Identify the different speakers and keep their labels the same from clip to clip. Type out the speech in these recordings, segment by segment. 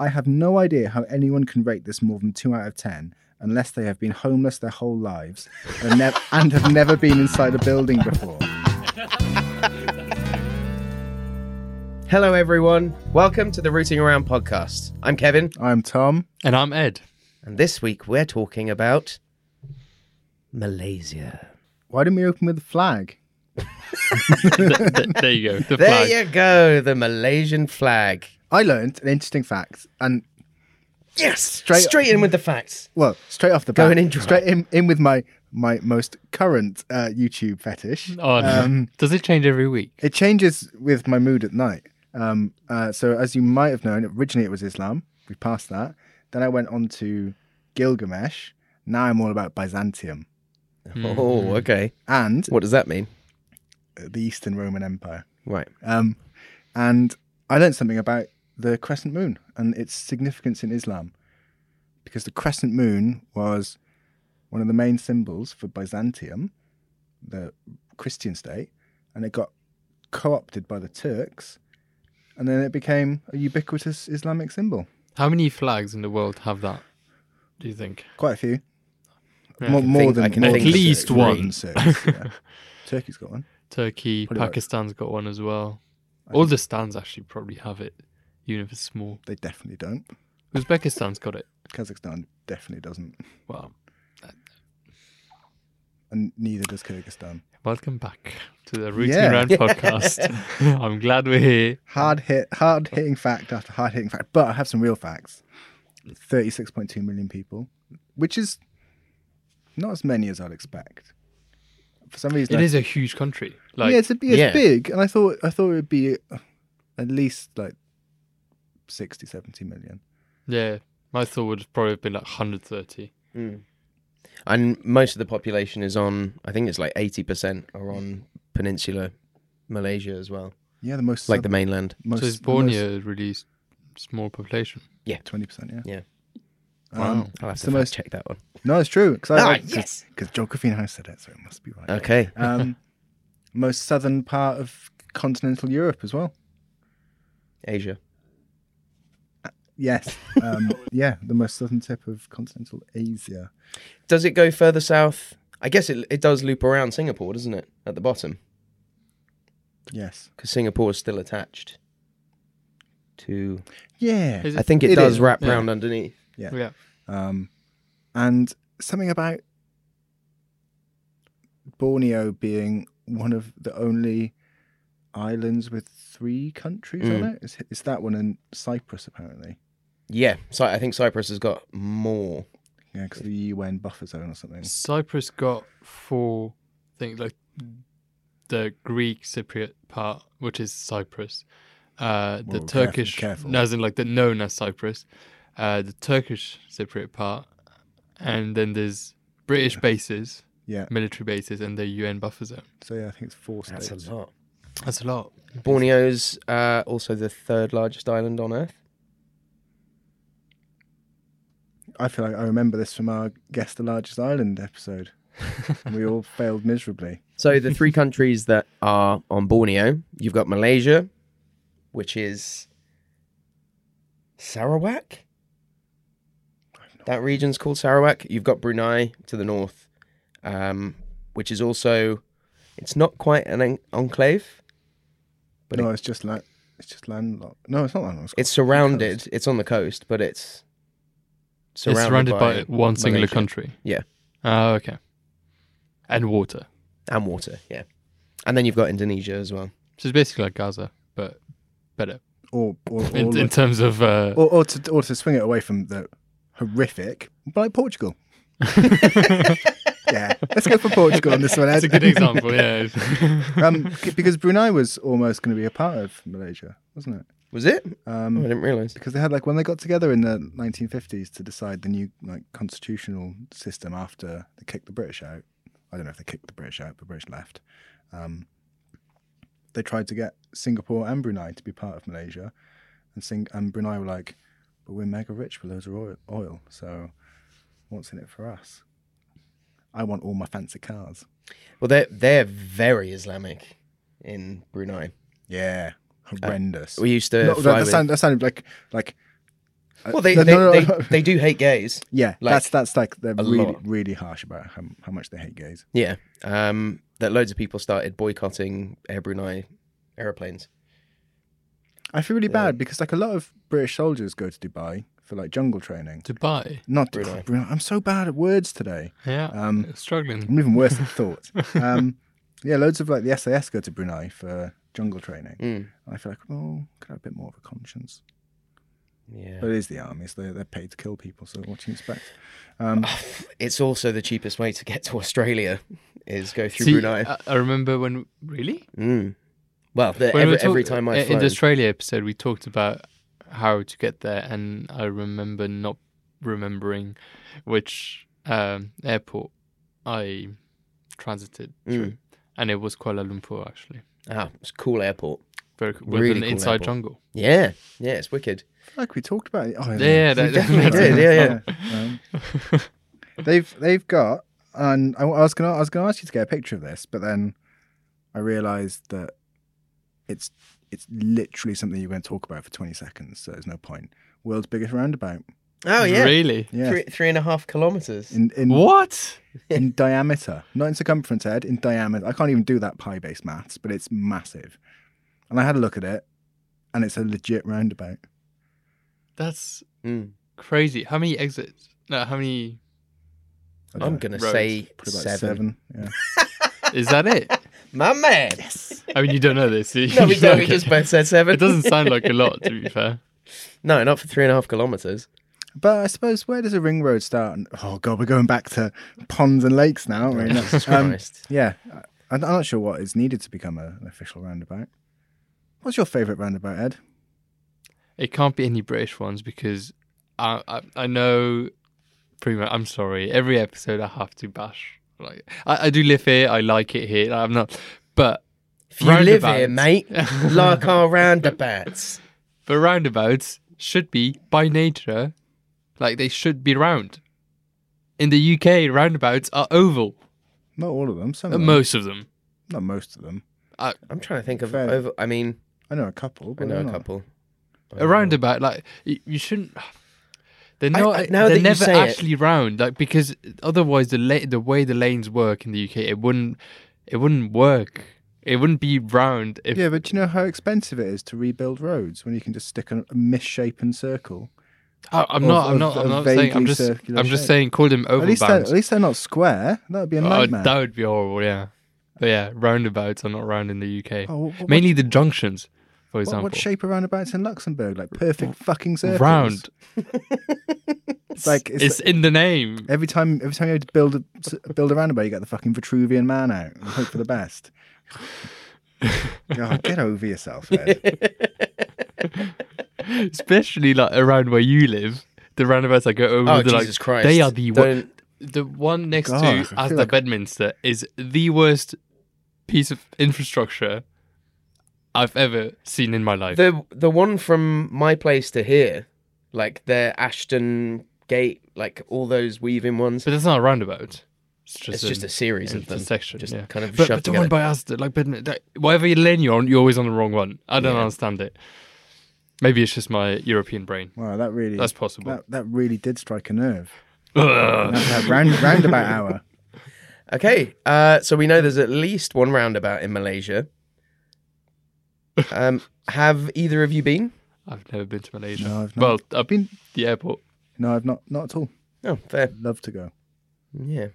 Speaker 1: I have no idea how anyone can rate this more than two out of ten unless they have been homeless their whole lives and, nev- and have never been inside a building before.
Speaker 2: Hello, everyone. Welcome to the Rooting Around podcast. I'm Kevin,
Speaker 1: I'm Tom.
Speaker 3: And I'm Ed.
Speaker 2: and this week we're talking about Malaysia.
Speaker 1: Why didn't we open with a flag?
Speaker 3: Th- th- there you go. The
Speaker 2: There
Speaker 3: flag.
Speaker 2: you go, the Malaysian flag.
Speaker 1: I learned an interesting fact, and
Speaker 2: Yes,
Speaker 1: Straight-
Speaker 2: straight, in with the facts.
Speaker 1: well, straight off the bat,
Speaker 2: Going in dry.
Speaker 1: straight in, in with my my most current uh, YouTube fetish.
Speaker 3: Oh, no.
Speaker 1: Um,
Speaker 3: Does it change every week?
Speaker 1: It changes with my mood at night. Um, uh, so, as you might have known, originally it was Islam. We passed that. Then I went on to Gilgamesh. Now I'm all about Byzantium
Speaker 2: Oh, okay.
Speaker 1: and
Speaker 2: What does that mean?
Speaker 1: the Eastern Roman Empire.
Speaker 2: Right.
Speaker 1: Um, and I learned something about the crescent moon and its significance in Islam, because the crescent moon was one of the main symbols for Byzantium, the Christian state, and it got co-opted by the Turks, and then it became a ubiquitous Islamic symbol.
Speaker 3: How many flags in the world have that? Do you think?
Speaker 1: Quite a few,
Speaker 3: Yeah.
Speaker 1: more, more
Speaker 2: think-
Speaker 1: than
Speaker 2: I can
Speaker 1: more
Speaker 2: think
Speaker 1: than
Speaker 2: of at
Speaker 3: least
Speaker 1: six, more than
Speaker 3: one.
Speaker 1: six, yeah. Turkey's got one.
Speaker 3: Turkey,
Speaker 1: Probably about-
Speaker 3: Pakistan's got one as well. All the stands actually probably have it, even if it's small.
Speaker 1: They definitely don't.
Speaker 3: Uzbekistan's got it.
Speaker 1: Kazakhstan definitely doesn't,
Speaker 3: Wow.
Speaker 1: and neither does Kyrgyzstan.
Speaker 3: Welcome back to the Rooting
Speaker 1: Yeah.
Speaker 3: Around podcast. I'm glad we're here.
Speaker 1: Hard hit, hard hitting fact after hard hitting fact. But I have some real facts. Thirty-six point two million people, which is not as many as I'd expect. For some reason,
Speaker 3: It
Speaker 1: I-
Speaker 3: is a huge country. Like,
Speaker 1: yeah, it's, a, it's
Speaker 2: Yeah.
Speaker 1: big, and I thought I thought it would be uh, at least like 60, 70 million.
Speaker 3: yeah, my thought would have probably have been like 130.
Speaker 2: And most of the population is on, I think it's like 80% are on Peninsula Malaysia as well,
Speaker 1: Yeah, the most
Speaker 2: like the mainland.
Speaker 1: most
Speaker 3: so is Borneo a really s- small population?
Speaker 1: twenty percent. Yeah,
Speaker 2: Yeah.
Speaker 1: Um,
Speaker 2: I'll have
Speaker 1: it's
Speaker 2: to
Speaker 1: the
Speaker 2: fact
Speaker 1: most-
Speaker 2: check that one.
Speaker 1: No, it's true. Cause
Speaker 2: Ah,
Speaker 1: I,
Speaker 2: yes.
Speaker 1: because Josephine House said it, so it must be right.
Speaker 2: Okay.
Speaker 1: Um, most southern part of continental Europe as well.
Speaker 2: Asia.
Speaker 1: Yes. Um, yeah, the most southern tip of continental Asia.
Speaker 2: Does it go further south? I guess it it does loop around Singapore, doesn't it? At the bottom,
Speaker 1: Yes.
Speaker 2: because Singapore is still attached to.
Speaker 1: Yeah.
Speaker 3: Is
Speaker 2: I think it,
Speaker 1: It
Speaker 2: does
Speaker 1: is,
Speaker 2: wrap
Speaker 3: yeah.
Speaker 2: round underneath.
Speaker 1: Yeah.
Speaker 3: Yeah.
Speaker 1: Um, and something about Borneo being one of the only islands with three countries on
Speaker 2: Mm.
Speaker 1: it. It's, it's that one in Cyprus, apparently.
Speaker 2: Yeah, so I think Cyprus has got more.
Speaker 1: Yeah, because the UN buffer zone or something.
Speaker 3: Cyprus got four things like the Greek Cypriot part, which is Cyprus, uh, the
Speaker 1: Whoa, careful,
Speaker 3: Turkish,
Speaker 1: careful.
Speaker 3: no, as in like the known as Cyprus, uh, the Turkish Cypriot part, and then there's British bases,
Speaker 1: Yeah.
Speaker 3: military bases, and the UN buffer zone.
Speaker 1: So, yeah, I think it's four states.
Speaker 2: lot.
Speaker 3: That's a lot.
Speaker 2: Borneo's uh, also the third largest island on Earth.
Speaker 1: I feel like I remember this from our Guess the Largest Island episode. and we all failed miserably.
Speaker 2: So the three countries that are on Borneo, you've got Malaysia, which is Sarawak. That region's called Sarawak. You've got Brunei to the north, um, which is also it's not quite an en- enclave. But
Speaker 1: no, it's just like it's just landlocked. No, it's not landlocked.
Speaker 2: It's surrounded. It's on the coast, but it's surrounded,
Speaker 3: it's surrounded by, one singular
Speaker 2: Malaysia.
Speaker 3: country.
Speaker 2: Yeah.
Speaker 3: Oh, okay. And water.
Speaker 2: and water. Yeah, and then you've got Indonesia as well.
Speaker 3: So it's basically like Gaza, but better
Speaker 1: or or or,
Speaker 3: in, in terms of. Uh,
Speaker 1: or, or to or to swing it away from the horrific, but like Portugal. yeah, let's go for Portugal on this one.
Speaker 3: That's
Speaker 1: Ed.
Speaker 3: a good example, yeah.
Speaker 1: um, c- because Brunei was almost going to be a part of Malaysia, wasn't it?
Speaker 2: Was it? Oh, I
Speaker 1: Um,
Speaker 2: didn't realize.
Speaker 1: because they had like when they got together in the 1950s to decide the new like constitutional system after they kicked the British out. I don't know if they kicked the British out, but the British left. Um, they tried to get Singapore and Brunei to be part of Malaysia, and Sing- and Brunei were like, "But we're mega rich with loads of oil, oil so what's in it for us? I want all my fancy cars."
Speaker 2: Well, they're they're very Islamic in Brunei.
Speaker 1: Yeah, horrendous.
Speaker 2: Uh, We used to
Speaker 1: No, that,
Speaker 2: fly
Speaker 1: that,
Speaker 2: with
Speaker 1: sound, that sounded like like Uh,
Speaker 2: Well, they
Speaker 1: no,
Speaker 2: they,
Speaker 1: no, no,
Speaker 2: they, they do hate gays.
Speaker 1: yeah,
Speaker 2: like,
Speaker 1: that's that's like they're
Speaker 2: a
Speaker 1: really
Speaker 2: lot.
Speaker 1: really harsh about how, how much they hate gays.
Speaker 2: Yeah. Um, that loads of people started boycotting Air Brunei airplanes.
Speaker 1: I feel really
Speaker 2: Yeah.
Speaker 1: bad because like a lot of British soldiers go to Dubai for like jungle training.
Speaker 3: Dubai.
Speaker 1: Not
Speaker 2: Brunei.
Speaker 1: Brunei. I'm so bad at words today.
Speaker 3: Yeah.
Speaker 1: Um,
Speaker 3: struggling.
Speaker 1: I'm even worse at thought. Um, yeah, loads of like the SAS go to Brunei for jungle training.
Speaker 2: Mm.
Speaker 1: And I feel like, oh, could have a bit more of a conscience.
Speaker 2: Yeah.
Speaker 1: But it is the army, so they're, they're paid to kill people. So what do you expect? Um,
Speaker 2: It's also the cheapest way to get to Australia is go through
Speaker 3: See, uh,
Speaker 2: Brunei.
Speaker 3: I, I remember when really
Speaker 2: mm. Well, the,
Speaker 3: When
Speaker 2: every,
Speaker 3: we were talk- uh,
Speaker 2: every time I
Speaker 3: in
Speaker 2: flown,
Speaker 3: the Australia episode, we talked about how to get there, and I remember not remembering which um, airport I transited through,
Speaker 2: Mm.
Speaker 3: and it was Kuala Lumpur actually.
Speaker 2: ah, it's a cool airport.
Speaker 3: Very cool. with
Speaker 2: Really
Speaker 3: an
Speaker 2: cool
Speaker 3: inside
Speaker 2: airport.
Speaker 3: jungle.
Speaker 2: Yeah, yeah, it's wicked.
Speaker 1: I feel like we talked about it. Oh,
Speaker 3: Yeah, yeah, that,
Speaker 1: We
Speaker 2: definitely
Speaker 1: that's-
Speaker 2: did, yeah,
Speaker 1: Um, they've they've got, and I, I was gonna I was gonna ask you to get a picture of this, but then I realised that it's it's literally something you're going to talk about for 20 seconds, so there's no point. World's biggest roundabout.
Speaker 2: Oh yeah,
Speaker 3: really?
Speaker 1: Yeah,
Speaker 2: three, three and a half kilometers.
Speaker 1: in in,
Speaker 3: What?
Speaker 1: in diameter, not in circumference, Ed. In diameter, I can't even do that pi-based maths, but it's massive. And I had a look at it, and it's a legit roundabout.
Speaker 3: That's
Speaker 2: Mm.
Speaker 3: crazy. How many exits? No, how many?
Speaker 1: I don't
Speaker 2: I'm
Speaker 1: know,
Speaker 2: gonna
Speaker 3: Roads.
Speaker 2: say
Speaker 1: probably like
Speaker 2: seven.
Speaker 1: Yeah.
Speaker 3: Is that it?
Speaker 2: My man.
Speaker 3: I mean, you don't know this. do you?
Speaker 2: No, we don't. We
Speaker 3: Okay.
Speaker 2: just both said seven.
Speaker 3: It doesn't sound like a lot, to be fair.
Speaker 2: No, not for three and a half kilometers.
Speaker 1: But I suppose where does a ring road start? And, oh god, we're going back to ponds and lakes now, aren't we?
Speaker 2: Jesus
Speaker 1: Um,
Speaker 2: Christ.
Speaker 1: yeah, I- I'm not sure what is needed to become a, an official roundabout. What's your favourite roundabout, Ed?
Speaker 3: It can't be any British ones because I I, I know pretty much. I'm sorry. Every episode I have to bash. Like I, I do live here. I like it here. I'm not, but
Speaker 2: if you live here,
Speaker 3: roundabouts-
Speaker 2: mate, like our roundabouts.
Speaker 3: but roundabouts should be by nature, like they should be round. In the UK, roundabouts are oval.
Speaker 1: Not all of them. Some,
Speaker 3: uh,
Speaker 2: Mm.
Speaker 1: of them.
Speaker 3: Most of them.
Speaker 1: not most of them.
Speaker 2: I'm trying to think of.
Speaker 1: Fair.
Speaker 2: Over, I mean,
Speaker 1: I know a couple. But
Speaker 2: I know
Speaker 1: they're
Speaker 2: a
Speaker 1: not-
Speaker 2: couple.
Speaker 3: A roundabout, like you, you shouldn't. They're
Speaker 2: I-
Speaker 3: not.
Speaker 2: I- now that
Speaker 3: they're
Speaker 2: you
Speaker 3: never
Speaker 2: say it-
Speaker 3: actually round, like because otherwise the la- the way the lanes work in the UK, it wouldn't it wouldn't work. It wouldn't be round if
Speaker 1: Yeah, but do you know how expensive it is to rebuild roads when you can just stick a a misshapen circle?
Speaker 3: I, I'm
Speaker 1: Of-
Speaker 3: not.
Speaker 1: of-
Speaker 3: I'm not. I'm
Speaker 1: of
Speaker 3: not saying. I'm
Speaker 1: vaguely
Speaker 3: just.
Speaker 1: circular
Speaker 3: I'm just
Speaker 1: shape.
Speaker 3: saying. Call them
Speaker 1: At least, they're, at
Speaker 3: overbounds.
Speaker 1: least they're not square. That would be a
Speaker 3: Oh,
Speaker 1: nightmare.
Speaker 3: that would be horrible. Yeah, but yeah, roundabouts are not round in the UK.
Speaker 1: Oh, what, what-
Speaker 3: Mainly the junctions, for
Speaker 1: what,
Speaker 3: example.
Speaker 1: what shape are roundabouts in Luxembourg? Like perfect fucking circles.
Speaker 3: round.
Speaker 1: It's like
Speaker 3: It's,
Speaker 1: it's,
Speaker 3: in the name.
Speaker 1: Every time, every time you have to build a build a roundabout, you get the fucking Vitruvian man out and hope for the best. God, get over yourself, Ed.
Speaker 3: especially like around where you live. The roundabouts that go over
Speaker 2: Oh
Speaker 3: the like
Speaker 2: Jesus Christ!
Speaker 3: they are the wo-
Speaker 2: Don't-
Speaker 3: the one next
Speaker 1: God, I
Speaker 3: to
Speaker 1: feel
Speaker 3: Asda
Speaker 1: like-
Speaker 3: Bedminster is the worst piece of infrastructure I've ever seen in my life.
Speaker 2: the the one from my place to here, like the Ashton Gate, like all those weaving ones.
Speaker 3: but that's not a roundabout. It's just
Speaker 2: It's
Speaker 3: an
Speaker 2: just a series of them,
Speaker 3: intersection.
Speaker 2: just
Speaker 3: yeah.
Speaker 2: kind of
Speaker 3: But,
Speaker 2: shoved
Speaker 3: but the one
Speaker 2: together.
Speaker 3: by Asda, like Bedminster, like, whatever lane you're on, you're always on the wrong one. I don't
Speaker 2: Yeah.
Speaker 3: understand it. Maybe it's just my European brain.
Speaker 1: Wow, that really
Speaker 3: That's possible.
Speaker 1: that, that really did strike a nerve.
Speaker 3: Ugh.
Speaker 1: And After that round, roundabout hour,
Speaker 2: Okay, uh, so we know there's at least one roundabout in Malaysia. Um, have either of you been?
Speaker 3: I've never been to Malaysia.
Speaker 1: No, I've
Speaker 3: well,
Speaker 1: not.
Speaker 3: I've been the airport.
Speaker 1: no, I've not, not at all.
Speaker 2: Oh, fair.
Speaker 1: Love to go.
Speaker 2: Yeah,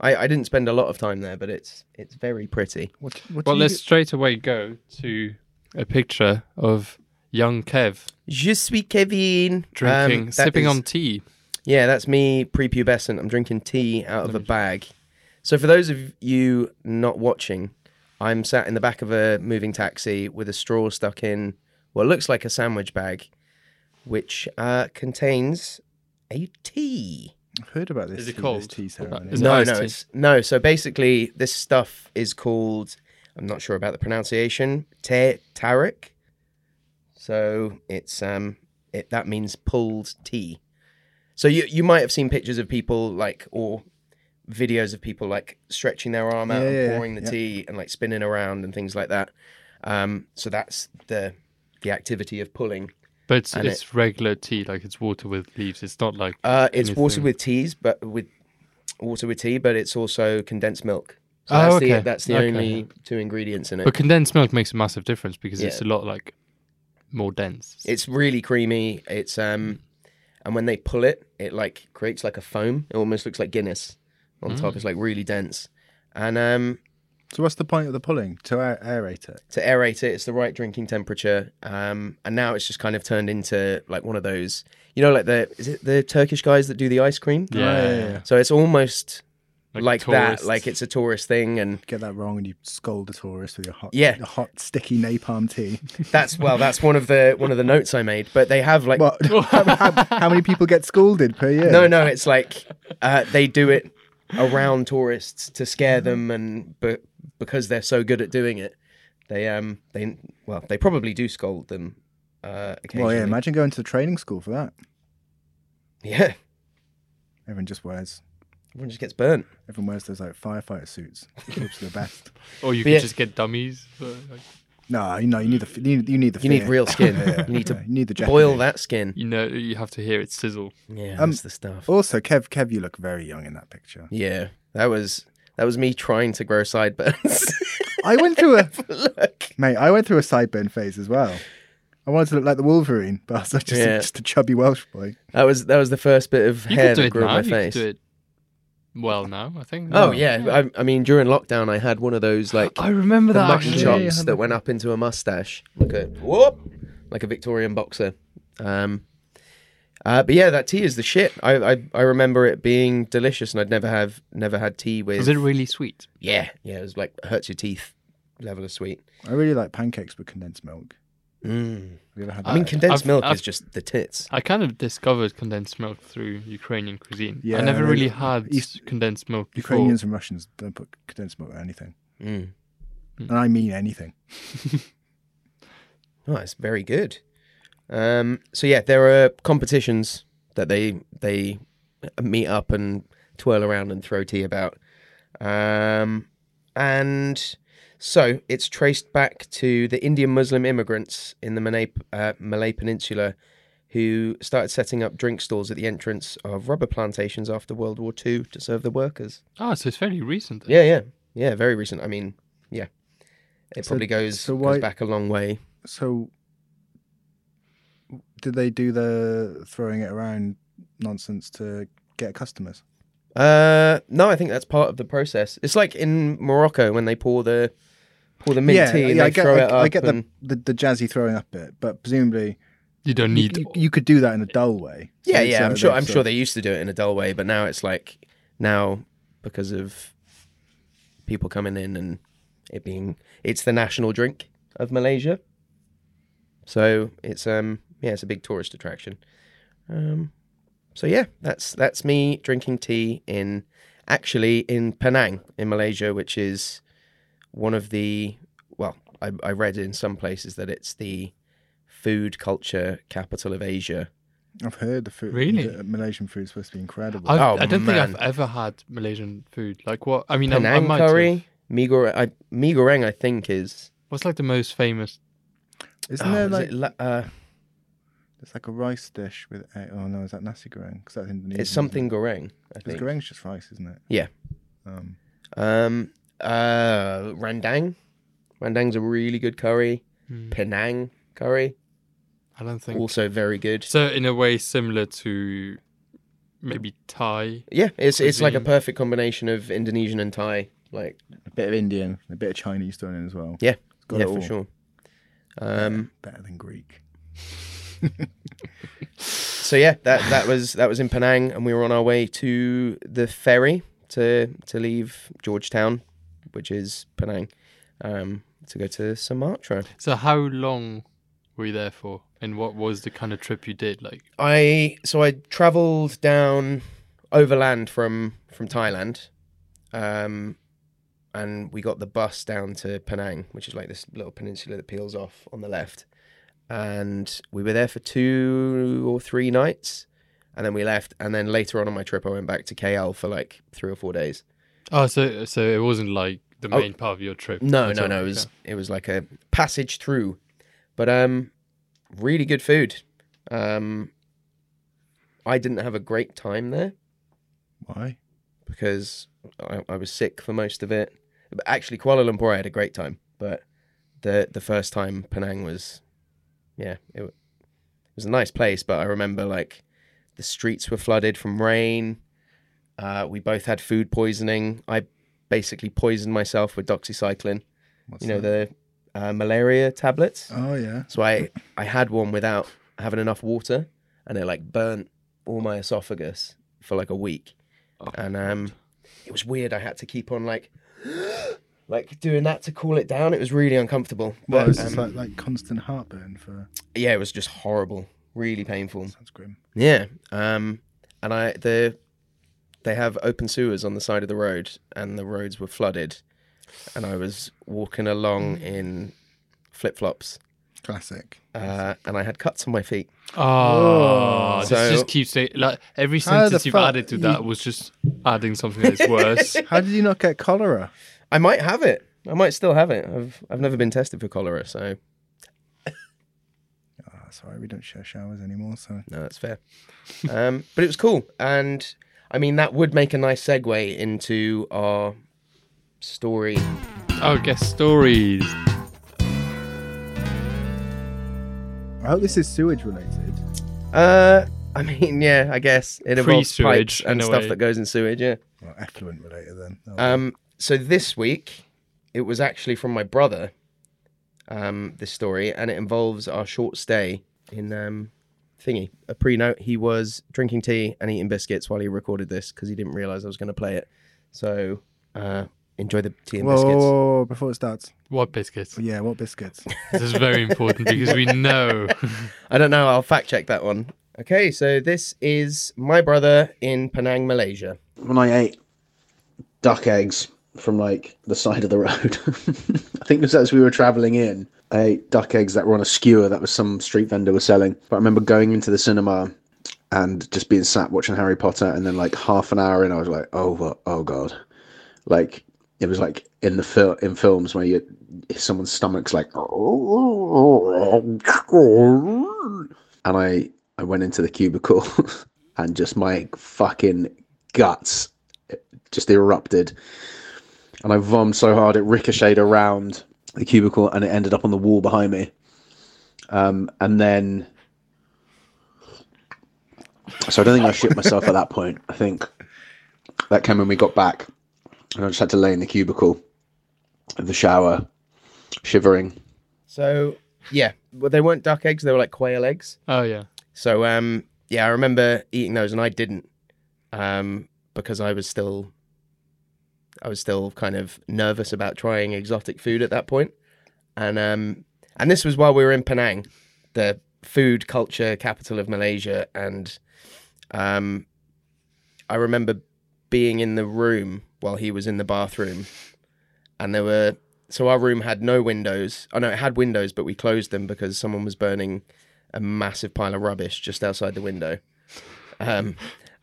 Speaker 2: I, I didn't spend a lot of time there, but it's it's very pretty.
Speaker 1: What, what do
Speaker 3: Well,
Speaker 1: you
Speaker 3: let's
Speaker 1: do-
Speaker 3: straight away go to a picture of young Kev
Speaker 2: Je suis Kevin.
Speaker 3: drinking,
Speaker 2: Um, that
Speaker 3: sipping
Speaker 2: is-
Speaker 3: on tea.
Speaker 2: Yeah, that's me prepubescent. I'm drinking tea out of a bag. So, for those of you not watching, I'm sat in the back of a moving taxi with a straw stuck in what looks like a sandwich bag, which uh, contains a tea.
Speaker 1: I've heard about this.
Speaker 3: Is it
Speaker 1: tea-
Speaker 3: cold?
Speaker 1: This tea
Speaker 3: Or
Speaker 1: ceremony.
Speaker 3: is it-
Speaker 2: no,
Speaker 3: iced
Speaker 2: no,
Speaker 3: tea?
Speaker 2: it's no. So basically, this stuff is called. I'm not sure about the pronunciation. Te tarik. So it's um, it that means pulled tea. So you you might have seen pictures of people like or videos of people like stretching their arm out
Speaker 1: Yeah,
Speaker 2: and
Speaker 1: yeah, yeah,
Speaker 2: pouring the
Speaker 1: yeah.
Speaker 2: tea and like spinning around and things like that. Um, so that's the the activity of pulling
Speaker 3: But it's,
Speaker 2: And
Speaker 3: it's regular tea, like it's water with leaves. It's not like
Speaker 2: Uh, it's water
Speaker 3: Anything.
Speaker 2: with teas, but with water with tea, but it's also condensed milk. So
Speaker 3: Oh,
Speaker 2: that's
Speaker 3: okay.
Speaker 2: the that's the
Speaker 3: Okay,
Speaker 2: only
Speaker 3: yeah.
Speaker 2: two ingredients in it.
Speaker 3: but condensed milk makes a massive difference because it's a
Speaker 2: Yeah.
Speaker 3: lot like more dense.
Speaker 2: It's really creamy. It's um, and when they pull it, it like creates like a foam. It almost looks like Guinness on top.
Speaker 3: Mm.
Speaker 2: It's like really dense. And um,
Speaker 1: So what's the point of the pulling to aer- aerate it?
Speaker 2: to aerate it, it's the right drinking temperature. Um, and now it's just kind of turned into like one of those, you know, like the is it the Turkish guys that do the ice cream?
Speaker 3: yeah,
Speaker 1: yeah,
Speaker 3: yeah,
Speaker 1: yeah.
Speaker 3: yeah.
Speaker 2: So it's almost like, that,
Speaker 3: tourists.
Speaker 2: like it's a tourist thing, and
Speaker 1: Get that wrong, and you scold a tourist with your hot,
Speaker 2: Yeah.
Speaker 1: your hot sticky napalm tea.
Speaker 2: That's well, that's one of the one of the notes I made. But they have like
Speaker 1: What? how, how- how many people get scalded per year?
Speaker 2: no, no, it's like uh, they do it around tourists to scare them, and but because they're so good at doing it, they um they well they probably do scold them. Uh,
Speaker 1: Well,
Speaker 2: occasionally.
Speaker 1: yeah. Imagine going to training school for that.
Speaker 2: yeah,
Speaker 1: Everyone just wears.
Speaker 2: everyone just gets burnt.
Speaker 1: Everyone wears those like firefighter suits. It's the best.
Speaker 3: or you
Speaker 2: but
Speaker 3: could
Speaker 2: yeah.
Speaker 3: just get dummies. but, like,
Speaker 1: No, you know you need the f- you need, you need the
Speaker 2: You need
Speaker 1: fear.
Speaker 2: real skin. You need
Speaker 1: Yeah,
Speaker 2: to
Speaker 1: you need the jeopardy.
Speaker 2: boil that skin.
Speaker 3: you know, you have to hear it sizzle.
Speaker 2: Yeah,
Speaker 1: Um,
Speaker 2: that's the stuff.
Speaker 1: Also, Kev, Kev, you look very young in that picture.
Speaker 2: Yeah, that was that was me trying to grow sideburns.
Speaker 1: I went through a
Speaker 2: Look,
Speaker 1: mate. I went through a sideburn phase as well. I wanted to look like the Wolverine, but I was just,
Speaker 2: Yeah.
Speaker 1: a, just a chubby Welsh boy.
Speaker 2: that was that was the first bit of
Speaker 3: You
Speaker 2: hair
Speaker 3: could do
Speaker 2: that
Speaker 3: it
Speaker 2: grew on
Speaker 3: now.
Speaker 2: my
Speaker 3: You could
Speaker 2: face.
Speaker 3: do it well now, I think.
Speaker 2: Oh yeah, I, I mean during lockdown, I had one of those like
Speaker 3: I remember
Speaker 2: the
Speaker 3: that.
Speaker 2: mutton
Speaker 3: actually.
Speaker 2: chops that went up into a mustache, like a whoop, like a Victorian boxer. Um, uh, but yeah, that tea is the shit. I, I I remember it being delicious, and I'd never have never had tea with.
Speaker 3: Was it really sweet?
Speaker 2: yeah, yeah, it was like hurts your teeth level of sweet. Mm.
Speaker 1: I really like pancakes with condensed milk. Have you ever had that?
Speaker 2: I mean, condensed
Speaker 3: Uh, I've-
Speaker 2: milk
Speaker 3: I've-
Speaker 2: is just the tits.
Speaker 3: I kind of discovered condensed milk through Ukrainian cuisine.
Speaker 1: Yeah,
Speaker 3: I never
Speaker 1: they-
Speaker 3: really had
Speaker 1: East-
Speaker 3: condensed milk before.
Speaker 1: Ukrainians and Russians don't put condensed milk on anything,
Speaker 2: Mm.
Speaker 1: and I mean anything.
Speaker 2: Oh, it's very good. Um, so yeah, there are competitions that they they meet up and twirl around and throw tea about, um, and so it's traced back to the Indian Muslim immigrants in the Malay, uh, Malay Peninsula, who started setting up drink stalls at the entrance of rubber plantations after World War II to serve the workers.
Speaker 3: Ah, so it's fairly recent. then.
Speaker 2: Yeah, yeah, yeah. Very recent. I mean, yeah, it
Speaker 1: So-
Speaker 2: probably goes,
Speaker 1: so
Speaker 2: goes
Speaker 1: why-
Speaker 2: back a long way.
Speaker 1: So, did they do the throwing it around nonsense to get customers?
Speaker 2: Uh, no, I think that's part of the process. It's like in Morocco when they pour the pour the mint tea and they
Speaker 1: I get,
Speaker 2: throw
Speaker 1: I,
Speaker 2: it up.
Speaker 1: I get
Speaker 2: and,
Speaker 1: the, the the jazzy throwing up bit, but presumably
Speaker 3: You don't
Speaker 1: you,
Speaker 3: need.
Speaker 1: you, you could do that in a dull way.
Speaker 2: yeah,
Speaker 1: So-
Speaker 2: yeah.
Speaker 1: so
Speaker 2: I'm sure.
Speaker 1: they-
Speaker 2: I'm
Speaker 1: so-
Speaker 2: sure they used to do it in a dull way, but now it's like now because of people coming in and it being it's the national drink of Malaysia. So it's um yeah it's a big tourist attraction. Um, so yeah, that's that's me drinking tea in actually in Penang in Malaysia, which is one of the well, I, I read in some places that it's the food culture capital of Asia.
Speaker 1: I've heard the food.
Speaker 3: Really?
Speaker 1: the Malaysian food is supposed to be incredible.
Speaker 3: I've,
Speaker 2: Oh,
Speaker 3: I don't think I've
Speaker 2: man.
Speaker 3: ever had Malaysian food. Like what? I mean, I, I
Speaker 2: Penang
Speaker 3: might. have.
Speaker 2: curry, mee goreng. I, mee goreng, I think is.
Speaker 3: What's like the most famous?
Speaker 1: Isn't
Speaker 2: oh,
Speaker 1: there
Speaker 2: is
Speaker 1: like
Speaker 2: it la- uh,
Speaker 1: it's like a rice dish with? egg- Oh no, is that nasi goreng? Because that's Indonesian.
Speaker 2: it's something goreng. I
Speaker 1: Because
Speaker 2: think.
Speaker 1: goreng's just rice, isn't it?
Speaker 2: Yeah.
Speaker 1: Um,
Speaker 2: Um, uh, rendang. Rendang's a really good curry.
Speaker 3: Hmm,
Speaker 2: Penang curry,
Speaker 3: I don't think.
Speaker 2: also very good.
Speaker 3: So in a way similar to maybe Thai.
Speaker 2: Yeah, it's it's like a
Speaker 3: Cuisine.
Speaker 2: perfect combination of Indonesian and Thai. Like,
Speaker 1: a bit of Indian, a bit of Chinese thrown in as well.
Speaker 2: yeah,
Speaker 1: It's got
Speaker 2: yeah,
Speaker 1: it
Speaker 2: for
Speaker 1: all.
Speaker 2: sure. Um,
Speaker 1: Better than Greek.
Speaker 2: so yeah, that that was that was in Penang, and we were on our way to the ferry to to leave Georgetown, which is Penang, um, to go to Sumatra.
Speaker 3: So how long were you there for? And what was the kind of trip you did? Like
Speaker 2: I so I travelled down overland from from Thailand, um, and we got the bus down to Penang, which is like this little peninsula that peels off on the left, and we were there for two or three nights, and then we left, and then later on on my trip I went back to KL for like three or four days.
Speaker 3: oh, so so it wasn't like the
Speaker 2: Oh.
Speaker 3: main part of your trip.
Speaker 2: No,
Speaker 3: at
Speaker 2: no,
Speaker 3: all,
Speaker 2: no, it was
Speaker 3: okay.
Speaker 2: it was like a passage through, but um, really good food. Um, I didn't have a great time there
Speaker 1: Why?
Speaker 2: because I, I was sick for most of it. But actually, Kuala Lumpur, I had a great time, but the the first time Penang was, yeah, it, wa- it was a nice place. But I remember like the streets were flooded from rain. Uh, we both had food poisoning. I basically poisoned myself with doxycycline.
Speaker 1: What's
Speaker 2: You know
Speaker 1: that?
Speaker 2: the uh, malaria tablets.
Speaker 1: Oh yeah.
Speaker 2: So I I had one without having enough water, and it like burnt all my esophagus for like a week,
Speaker 3: Oh,
Speaker 2: and um, it was weird. I had to keep on like like doing that to cool it down. It was really uncomfortable.
Speaker 1: Well,
Speaker 2: But,
Speaker 1: it's just
Speaker 2: um,
Speaker 1: like like constant heartburn for.
Speaker 2: yeah, it was just horrible, really painful.
Speaker 1: Sounds grim.
Speaker 2: Yeah, um, and I the they have open sewers on the side of the road, and the roads were flooded, and I was walking along in flip flops,
Speaker 1: Classic.
Speaker 2: uh, and I had cuts on my feet.
Speaker 3: Oh, this
Speaker 2: So-
Speaker 3: just keeps saying like every
Speaker 1: How the
Speaker 3: sentence you've
Speaker 1: fuck-
Speaker 3: added to
Speaker 1: you-
Speaker 3: that was just adding something that's worse.
Speaker 1: How did you not get cholera?
Speaker 2: I might have it. I might still have it. I've I've never been tested for cholera, so
Speaker 1: Oh, sorry, we don't share showers anymore. So
Speaker 2: no, that's fair. um, but it was cool, and I mean that would make a nice segue into our story.
Speaker 3: oh, guest stories.
Speaker 1: I hope this is sewage related.
Speaker 2: Uh, I mean, yeah, I guess it involves
Speaker 3: Pre-sewage,
Speaker 2: pipes and
Speaker 3: in a
Speaker 2: stuff
Speaker 3: way.
Speaker 2: that goes in sewage. Yeah.
Speaker 1: Well, effluent related then. Oh,
Speaker 2: Um, so this week, it was actually from my brother. Um, this story, and it involves our short stay in um, thingy. A pre-note. He was drinking tea and eating biscuits while he recorded this because he didn't realize I was going to play it. So uh, enjoy the tea and
Speaker 1: whoa, whoa,
Speaker 2: biscuits.
Speaker 1: whoa, whoa, before it starts.
Speaker 3: What biscuits?
Speaker 1: Oh, Yeah, what biscuits?
Speaker 3: This is very important because we know.
Speaker 2: I don't know. I'll fact check that one. Okay, so this is my brother in Penang, Malaysia.
Speaker 4: when I ate duck eggs from like the side of the road. I think it was as we were traveling in. I ate duck eggs that were on a skewer that was some street vendor was selling. But I remember going into the cinema and just being sat watching Harry Potter and then like half an hour in I was like, "Oh, wo- oh god." Like it was like in the fil- in films where you someone's stomach's like and I I went into the cubicle and just my fucking guts just erupted. And I vommed so hard it ricocheted around the cubicle and it ended up on the wall behind me. Um, and then. So I don't think I shit myself at that point. I think that came when we got back. And I just had to lay in the cubicle, in the shower, shivering.
Speaker 2: So yeah, well, they weren't duck eggs; they were like quail eggs.
Speaker 3: Oh yeah.
Speaker 2: So um, yeah, I remember eating those, and I didn't um, because I was still, I was still kind of nervous about trying exotic food at that point, and um, and this was while we were in Penang, the food culture capital of Malaysia, and um, I remember being in the room while he was in the bathroom, and there were. So our room had no windows. Oh no, it had windows, but we closed them because someone was burning a massive pile of rubbish just outside the window. Um,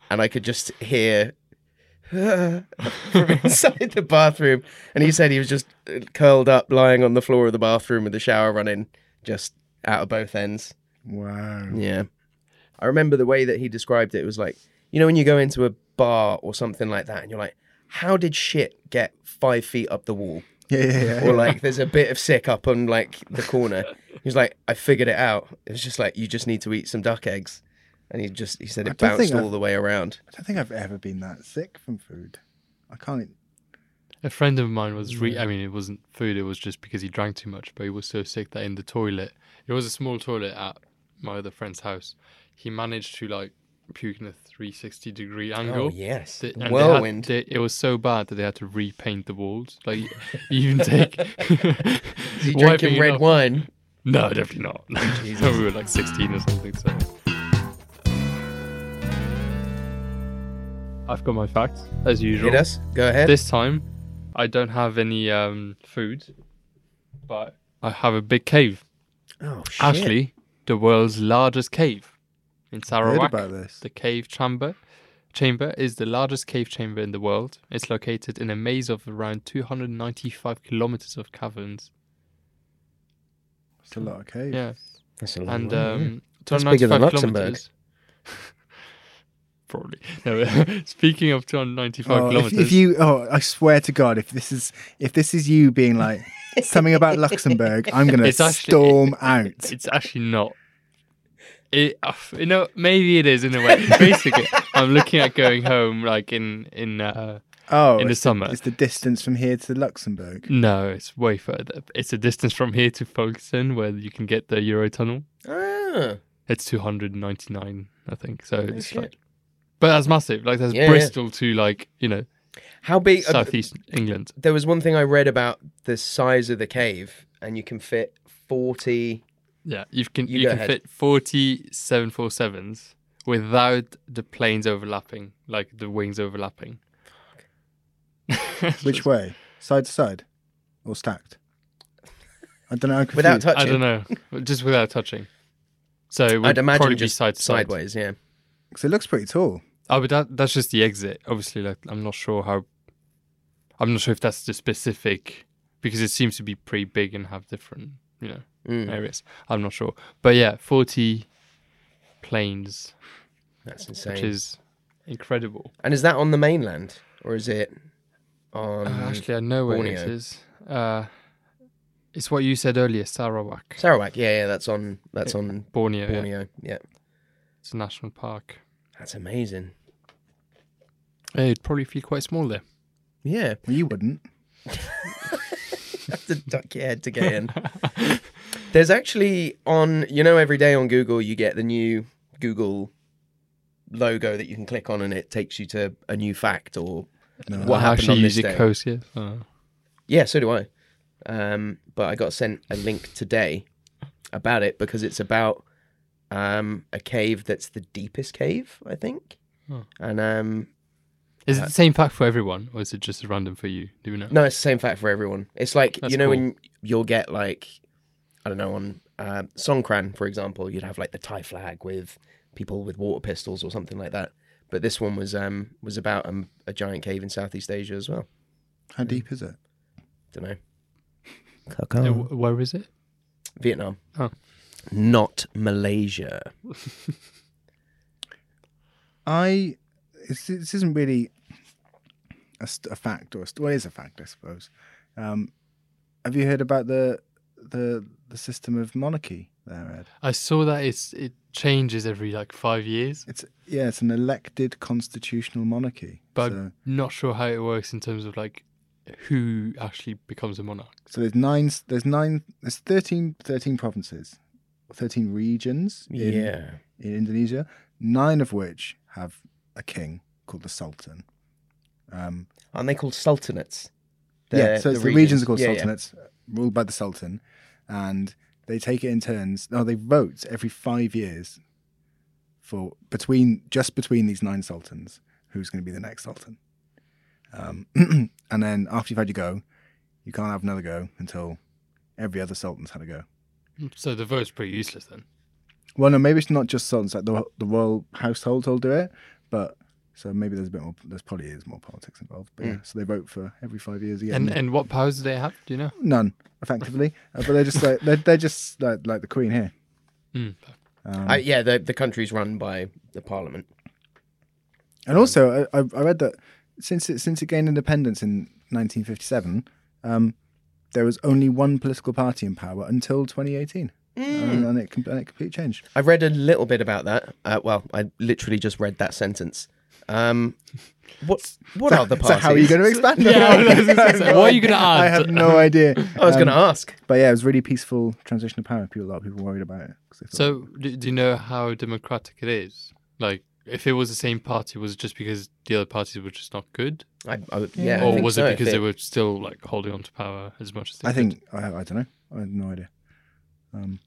Speaker 2: and I could just hear from inside the bathroom. And he said he was just uh, curled up, lying on the floor of the bathroom with the shower running, just out of both ends.
Speaker 1: Wow.
Speaker 2: Yeah. I remember the way that he described it, it was like, you know, when you go into a bar or something like that and you're like, how did shit get five feet up the wall?
Speaker 1: Yeah, yeah, yeah.
Speaker 2: or like there's a bit of sick up on like the corner. He was like, I figured it out. It was just like you just need to eat some duck eggs, and he just he said
Speaker 1: I
Speaker 2: it
Speaker 1: don't think
Speaker 2: bounced all the way around.
Speaker 1: I don't think I've ever been that sick from food. I can't. eat-
Speaker 3: A friend of mine was re- I mean it wasn't food, it was just because he drank too much, but he was so sick that in the toilet it was a small toilet at my other friend's house. He managed to like puke in a three sixty degree angle.
Speaker 2: Oh yes,
Speaker 3: They- and they had-
Speaker 2: whirlwind.
Speaker 3: they- it was so bad that they had to repaint the walls. Like you even take
Speaker 2: Is he
Speaker 3: wiping
Speaker 2: drinking
Speaker 3: it
Speaker 2: red
Speaker 3: off-
Speaker 2: wine?
Speaker 3: No, definitely not. we were like sixteen or something, so I've got my facts, as usual.
Speaker 2: Hit us. Go ahead.
Speaker 3: This time, I don't have any um, food, but I have a big cave.
Speaker 2: oh shit.
Speaker 3: Actually, the world's largest cave in
Speaker 1: Heard
Speaker 3: Sarawak.
Speaker 1: about this?
Speaker 3: The cave chamber chamber is the largest cave chamber in the world. It's located in a maze of around 295 kilometers of caverns.
Speaker 1: It's a lot of caves.
Speaker 3: Yeah,
Speaker 2: That's a long
Speaker 3: and
Speaker 2: one, yeah.
Speaker 3: um,
Speaker 2: That's bigger than
Speaker 3: 295
Speaker 2: Luxembourg.
Speaker 3: kilometers. Probably. No, speaking of 295
Speaker 1: Oh, if,
Speaker 3: kilometers,
Speaker 1: if you, oh, I swear to God, if this is if this is you being like something about Luxembourg, I'm gonna
Speaker 3: It's actually-
Speaker 1: storm out.
Speaker 3: it's actually not. It, uh, you know, maybe it is in a way. Basically, I'm looking at going home, like in in uh,
Speaker 1: Oh,
Speaker 3: in the
Speaker 1: it's
Speaker 3: summer.
Speaker 1: it's the distance from here to Luxembourg.
Speaker 3: No, it's way further. It's a distance from here to Folkestone where you can get the Eurotunnel.
Speaker 2: Ah,
Speaker 3: It's 299, I think. So it's
Speaker 2: shit.
Speaker 3: like, but that's massive. Like that's
Speaker 2: Yeah, yeah.
Speaker 3: Bristol to like you know
Speaker 2: how big? uh,
Speaker 3: southeast England.
Speaker 2: there was one thing I read about the size of the cave, and you can fit forty.
Speaker 3: Yeah, you can
Speaker 2: You
Speaker 3: you,
Speaker 2: go
Speaker 3: can
Speaker 2: ahead.
Speaker 3: fit 40 747s without the planes overlapping, like the wings overlapping.
Speaker 1: Which way? Side to side, or stacked? I don't know. I'm confused.
Speaker 2: Without
Speaker 3: I
Speaker 2: touching,
Speaker 3: don't know, just without touching. So it would
Speaker 2: I'd imagine
Speaker 3: probably be
Speaker 2: just
Speaker 3: side to side.
Speaker 2: sideways. Yeah,
Speaker 1: 'Cause it looks pretty tall.
Speaker 3: Oh, but that that's just the exit. Obviously, like I'm not sure how. I'm not sure if that's the specific because it seems to be pretty big and have different you know
Speaker 2: Mm.
Speaker 3: areas. I'm not sure, but yeah, 40 planes,
Speaker 2: that's insane.
Speaker 3: which is incredible.
Speaker 2: and is that on the mainland or is it on
Speaker 3: Uh, actually, I know where it
Speaker 2: Borneo.
Speaker 3: is. Uh, it's what you said earlier, Sarawak,
Speaker 2: Sarawak? Yeah, yeah, that's on that's on
Speaker 3: Borneo. Yeah.
Speaker 2: Borneo. Yeah,
Speaker 3: It's a national park.
Speaker 2: that's amazing.
Speaker 3: Yeah, it'd probably feel quite small there.
Speaker 2: Yeah,
Speaker 1: Well, you wouldn't.
Speaker 2: have to duck your head to get in. There's actually on you know every day on Google you get the new Google logo that you can click on and it takes you to a new fact or
Speaker 1: No.
Speaker 2: what
Speaker 3: I
Speaker 2: happened
Speaker 3: Uh, actually
Speaker 2: on this
Speaker 3: use it
Speaker 2: day.
Speaker 3: coast, yeah. Uh,
Speaker 2: Yeah, so do I. Um, but I got sent a link today about it because it's about um, a cave that's the deepest cave, I think.
Speaker 3: Oh.
Speaker 2: And um,
Speaker 3: Is it the same fact for everyone, or is it just random for you? Do we know?
Speaker 2: no, it's the same fact for everyone. It's like
Speaker 3: That's
Speaker 2: you know
Speaker 3: cool.
Speaker 2: when you'll get like I don't know on uh, Songkran, for example, you'd have like the Thai flag with people with water pistols or something like that. But this one was um, was about um, a giant cave in Southeast Asia as well.
Speaker 1: How deep is it?
Speaker 2: Don't know.
Speaker 3: Uh, wh- Where is it?
Speaker 2: Vietnam.
Speaker 3: Oh.
Speaker 2: Not Malaysia.
Speaker 1: I this, this isn't really a, st- a fact or a st- well, it is a fact, I suppose. Um, have you heard about the the the system of monarchy there, Ed?
Speaker 3: I saw that it's it changes every like five years,
Speaker 1: It's yeah, it's an elected constitutional monarchy.
Speaker 3: but
Speaker 1: so,
Speaker 3: I'm not sure how it works in terms of like who actually becomes a monarch.
Speaker 1: so there's nine s- there's nine there's 13, 13 provinces, thirteen regions in,
Speaker 2: Yeah.
Speaker 1: in Indonesia, nine of which have a king called the Sultan. Um,
Speaker 2: Aren't they called sultanates?
Speaker 1: yeah,
Speaker 2: They're-
Speaker 1: so it's the regions, are called sultanates, ruled by the sultan, and they take it in turns. No, they vote every five years for between just between these nine sultans who's going to be the next sultan. Um, and then after you've had your go, you can't have another go until every other sultan's had a go.
Speaker 3: So the vote's pretty useless then.
Speaker 1: Well, no, maybe it's not just sultans. Like the the royal household will do it, but so maybe there's a bit more. There's probably is more politics involved. But yeah, so they vote for every five years again.
Speaker 3: And and what powers do they have? Do you know?
Speaker 1: None, effectively. uh, but they're just like they're, they're just like, like the Queen here.
Speaker 3: Mm.
Speaker 1: Um,
Speaker 2: I, Uh, yeah, the the country's run by the parliament.
Speaker 1: and also, I, I I read that since it since it gained independence in 1957, um, there was only one political party in power until 2018, and, and it com- and it completely changed.
Speaker 2: I read a little bit about that. Uh, well, I literally just read that sentence. Um, what what are the
Speaker 1: So
Speaker 2: parties?
Speaker 1: how are you going to expand?
Speaker 3: Yeah,
Speaker 1: that?
Speaker 3: I was gonna say, so what are you gonna
Speaker 1: I
Speaker 3: add?
Speaker 1: have no idea.
Speaker 2: I was going
Speaker 1: Um,
Speaker 2: to ask.
Speaker 1: but yeah, it was really peaceful transition of power. People, a lot of people worried about it. 'cause they thought-
Speaker 3: So do, do you know how democratic it is? Like if it was the same party, was it just because the other parties were just not good,
Speaker 2: I, I, would- yeah, I
Speaker 3: or
Speaker 2: think
Speaker 3: was
Speaker 2: so,
Speaker 3: it
Speaker 2: if
Speaker 3: because they were still like holding on to power as much as they
Speaker 1: I
Speaker 3: could?
Speaker 1: think I, I don't know. I have no idea. Um,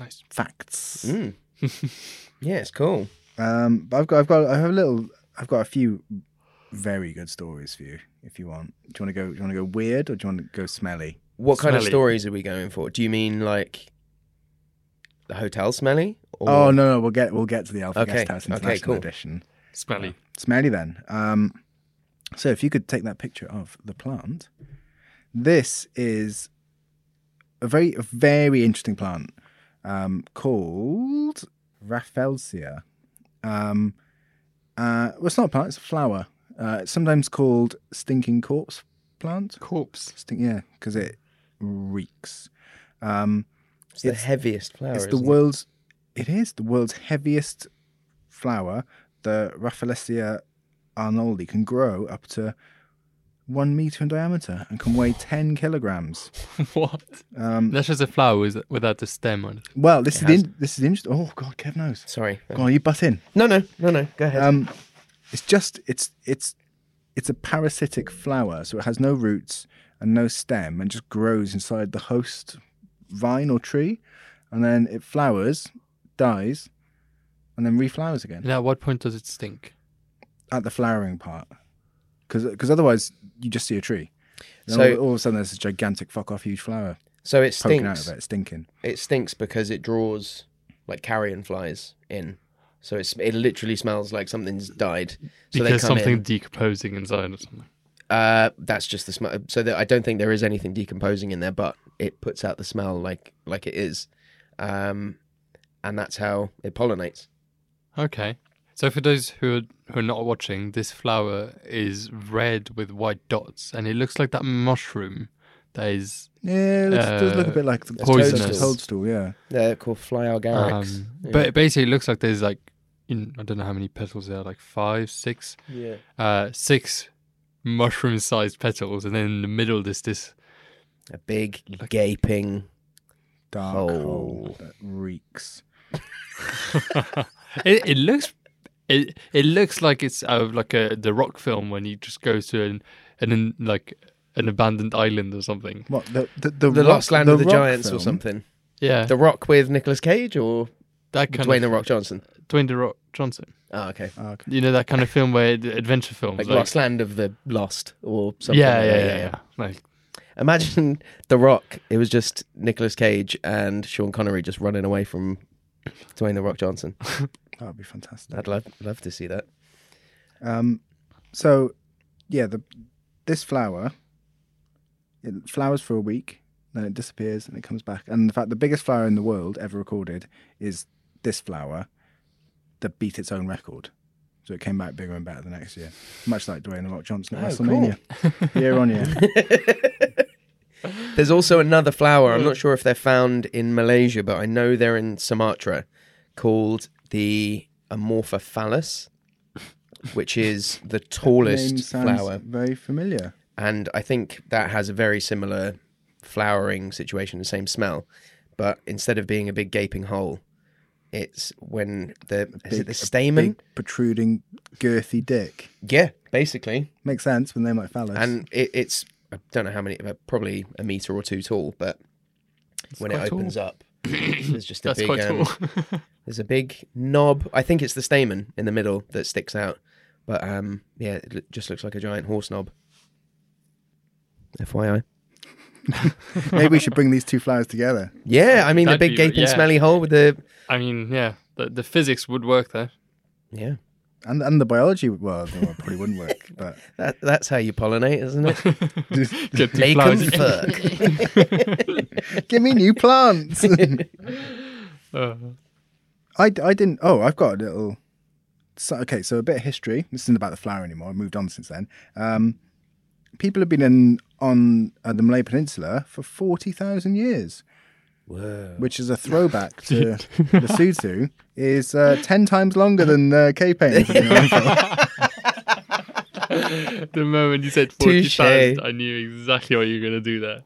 Speaker 3: Nice.
Speaker 1: facts.
Speaker 2: Mm. yeah, it's cool.
Speaker 1: Um, but I've got, I've got, I have a little, I've got a few very good stories for you if you want. Do you want to go? Do you want to go weird or do you want to go smelly?
Speaker 2: What kind of
Speaker 3: Smelly.
Speaker 2: stories are we going for? Do you mean like the hotel smelly? Or...
Speaker 1: Oh no, no, we'll get we'll get to the Alpha
Speaker 2: Okay,
Speaker 1: Guest House
Speaker 2: okay,
Speaker 1: International
Speaker 2: cool.
Speaker 1: Edition.
Speaker 3: Smelly.
Speaker 1: Smelly then. Um, so if you could take that picture of the plant, this is a very a very interesting plant. um, called Raphelsia. Um, uh, well, it's not a plant; it's a flower. Uh, it's sometimes called stinking corpse plant.
Speaker 3: Corpse.
Speaker 1: Stink, yeah, because it reeks. Um,
Speaker 2: It's the
Speaker 1: It's-
Speaker 2: heaviest flower.
Speaker 1: it's the
Speaker 2: isn't it?
Speaker 1: world's. It is the world's heaviest flower. The Raphelsia arnoldi can grow up to one meter in diameter and can weigh ten kilograms.
Speaker 3: what?
Speaker 1: Um,
Speaker 3: That's just a flower is- without the stem on it.
Speaker 1: well, this is
Speaker 2: has-
Speaker 1: in, this is interesting. Oh God, Kev knows.
Speaker 2: Sorry.
Speaker 1: Go on, you butt in.
Speaker 2: No, no, no, no. Go ahead.
Speaker 1: Um, it's just it's it's it's a parasitic flower, so it has no roots and no stem, and just grows inside the host vine or tree, and then it flowers, dies, and then reflowers again
Speaker 3: And at what point does it stink?
Speaker 1: at the flowering part, because otherwise you just see a tree. And
Speaker 2: So-
Speaker 1: all, all of a sudden, there's a gigantic fuck off huge flower
Speaker 2: so it
Speaker 1: poking
Speaker 2: stinks.
Speaker 1: out
Speaker 2: It.
Speaker 1: of it, stinking.
Speaker 2: stinks because it draws like carrion flies in. So it's it literally smells like something's died. So
Speaker 3: because
Speaker 2: they come
Speaker 3: something
Speaker 2: in.
Speaker 3: decomposing inside or something.
Speaker 2: Uh, that's just the smell. So that I don't think there is anything decomposing in there, but it puts out the smell like like it is, um, and that's how it pollinates.
Speaker 3: Okay. So for those who are, who are not watching, this flower is red with white dots, and it looks like that mushroom that is.
Speaker 1: Yeah, it looks, does look a
Speaker 3: Uh,
Speaker 1: bit like the
Speaker 3: poisonous.
Speaker 1: toadstool. Yeah,
Speaker 2: They're called fly agarics.
Speaker 3: Um, But it basically, looks like there's like in, I don't know how many petals there are, like five, six,
Speaker 2: yeah.
Speaker 3: uh, six mushroom-sized petals, and then in the middle there's this.
Speaker 2: a big gaping.
Speaker 1: dark
Speaker 2: Oh.
Speaker 1: hole that reeks.
Speaker 3: it, it looks. It, it looks like it's out of like a the rock film when he just goes to an an in, like an abandoned island or something.
Speaker 1: What the the,
Speaker 2: The
Speaker 1: rock-
Speaker 2: Lost Land of the
Speaker 1: rock
Speaker 2: Giants or
Speaker 1: film?
Speaker 2: something.
Speaker 3: Yeah,
Speaker 2: The Rock with Nicolas Cage or
Speaker 3: that kind
Speaker 2: Dwayne
Speaker 3: of
Speaker 2: the Rock Johnson.
Speaker 3: Dwayne the Rock Johnson.
Speaker 2: Oh, okay.
Speaker 1: Oh, okay.
Speaker 3: You know that kind of film where the adventure films
Speaker 2: Like,
Speaker 3: like-
Speaker 2: Lost Land of the Lost or something.
Speaker 3: yeah,
Speaker 2: like
Speaker 3: yeah,
Speaker 2: that.
Speaker 3: yeah, yeah. Like
Speaker 2: Imagine The Rock. It was just Nicolas Cage and Sean Connery just running away from Dwayne the Rock Johnson.
Speaker 1: That would be fantastic.
Speaker 2: I'd love love to see that.
Speaker 1: Um, so, yeah, the this flower it flowers for a week, then it disappears and it comes back. And in fact, the biggest flower in the world ever recorded is this flower that beat its own record. So it came back bigger and better the next year, much like Dwayne The Rock Johnson at
Speaker 2: Oh,
Speaker 1: WrestleMania, year on year.
Speaker 2: There's also another flower. I'm not sure if they're found in Malaysia, but I know they're in Sumatra, called the Amorpha phallus, which is the
Speaker 1: Name
Speaker 2: tallest
Speaker 1: sounds
Speaker 2: flower.
Speaker 1: very familiar.
Speaker 2: and I think that has a very similar flowering situation, the same smell, but instead of being a big gaping hole, it's when the is it
Speaker 1: Big-
Speaker 2: the
Speaker 1: a
Speaker 2: stamen?
Speaker 1: big protruding, girthy dick
Speaker 2: Yeah, basically,
Speaker 1: makes sense with a name like phallus.
Speaker 2: and it, it's I don't know how many, but probably a meter or two tall, but when it
Speaker 3: quite tall.
Speaker 2: opens up, there's just a
Speaker 3: that's
Speaker 2: big
Speaker 3: quite
Speaker 2: um,
Speaker 3: cool.
Speaker 2: there's a big knob. I think it's the stamen in the middle that sticks out, but um, yeah, it lo- just looks like a giant horse knob. FYI.
Speaker 1: Maybe we should bring these two flowers together.
Speaker 2: Yeah, I mean the
Speaker 3: That'd
Speaker 2: big
Speaker 3: be-
Speaker 2: gaping
Speaker 3: yeah.
Speaker 2: smelly hole with the
Speaker 3: I mean, yeah, the, the physics would work there.
Speaker 2: yeah.
Speaker 1: And and the biology, well, the one probably wouldn't work. But
Speaker 2: That that's how you pollinate, isn't it?
Speaker 3: Get the
Speaker 2: Make 'em
Speaker 3: flowers in.
Speaker 2: fuck.
Speaker 1: give me new plants. I,
Speaker 3: Uh,
Speaker 1: I didn't. Oh, I've got a little. So, okay, so a bit of history. This isn't about the flower anymore. I've moved on since then. Um, people have been in on uh, the Malay Peninsula for forty thousand years,
Speaker 2: Whoa.
Speaker 1: which is a throwback to the Sutu. Is uh, ten times longer than uh, K paintings.
Speaker 3: the moment you said forty
Speaker 2: Touche.
Speaker 3: thousand, I knew exactly what you were gonna do there.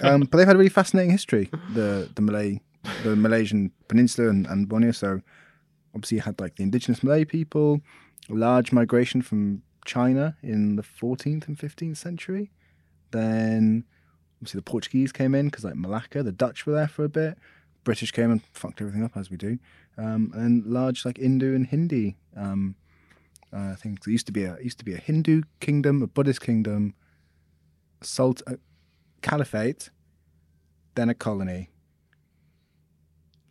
Speaker 1: um, but they've had a really fascinating history. The the Malay, the Malaysian Peninsula and, and Borneo. So obviously you had like the indigenous Malay people, a large migration from China in the 14th and 15th century. Then obviously the Portuguese came in because like Malacca, the Dutch were there for a bit. British came and fucked everything up as we do. Um, and large like Hindu and Hindi um, uh, things. It used to be a it used to be a Hindu kingdom, a Buddhist kingdom, a sult, a caliphate, then a colony.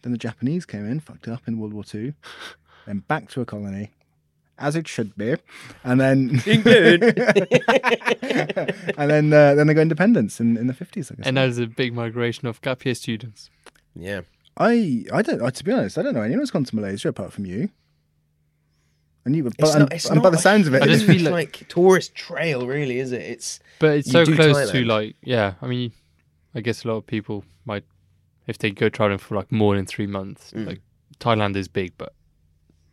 Speaker 1: Then the Japanese came in, fucked it up in World War Two, then back to a colony, as it should be, and then
Speaker 2: England.
Speaker 1: and then uh, then they got independence in, in the fifties. I guess.
Speaker 3: And that is a big migration of gap year students.
Speaker 2: yeah.
Speaker 1: I I don't. I, to be honest, I don't know anyone who's gone to Malaysia apart from you. And you, but
Speaker 2: It's
Speaker 1: and,
Speaker 2: not, it's
Speaker 1: and
Speaker 2: not
Speaker 1: by the
Speaker 2: a
Speaker 1: sounds of it,
Speaker 3: I
Speaker 1: it
Speaker 3: just
Speaker 1: is-
Speaker 3: feel
Speaker 2: huge, like, tourist trail, really, is it? It's
Speaker 3: But it's
Speaker 2: You
Speaker 3: so
Speaker 2: do
Speaker 3: close to
Speaker 2: Thailand.
Speaker 3: like, yeah. I mean, I guess a lot of people might, if they go traveling for like more than three months,
Speaker 2: Mm.
Speaker 3: like Thailand is big, but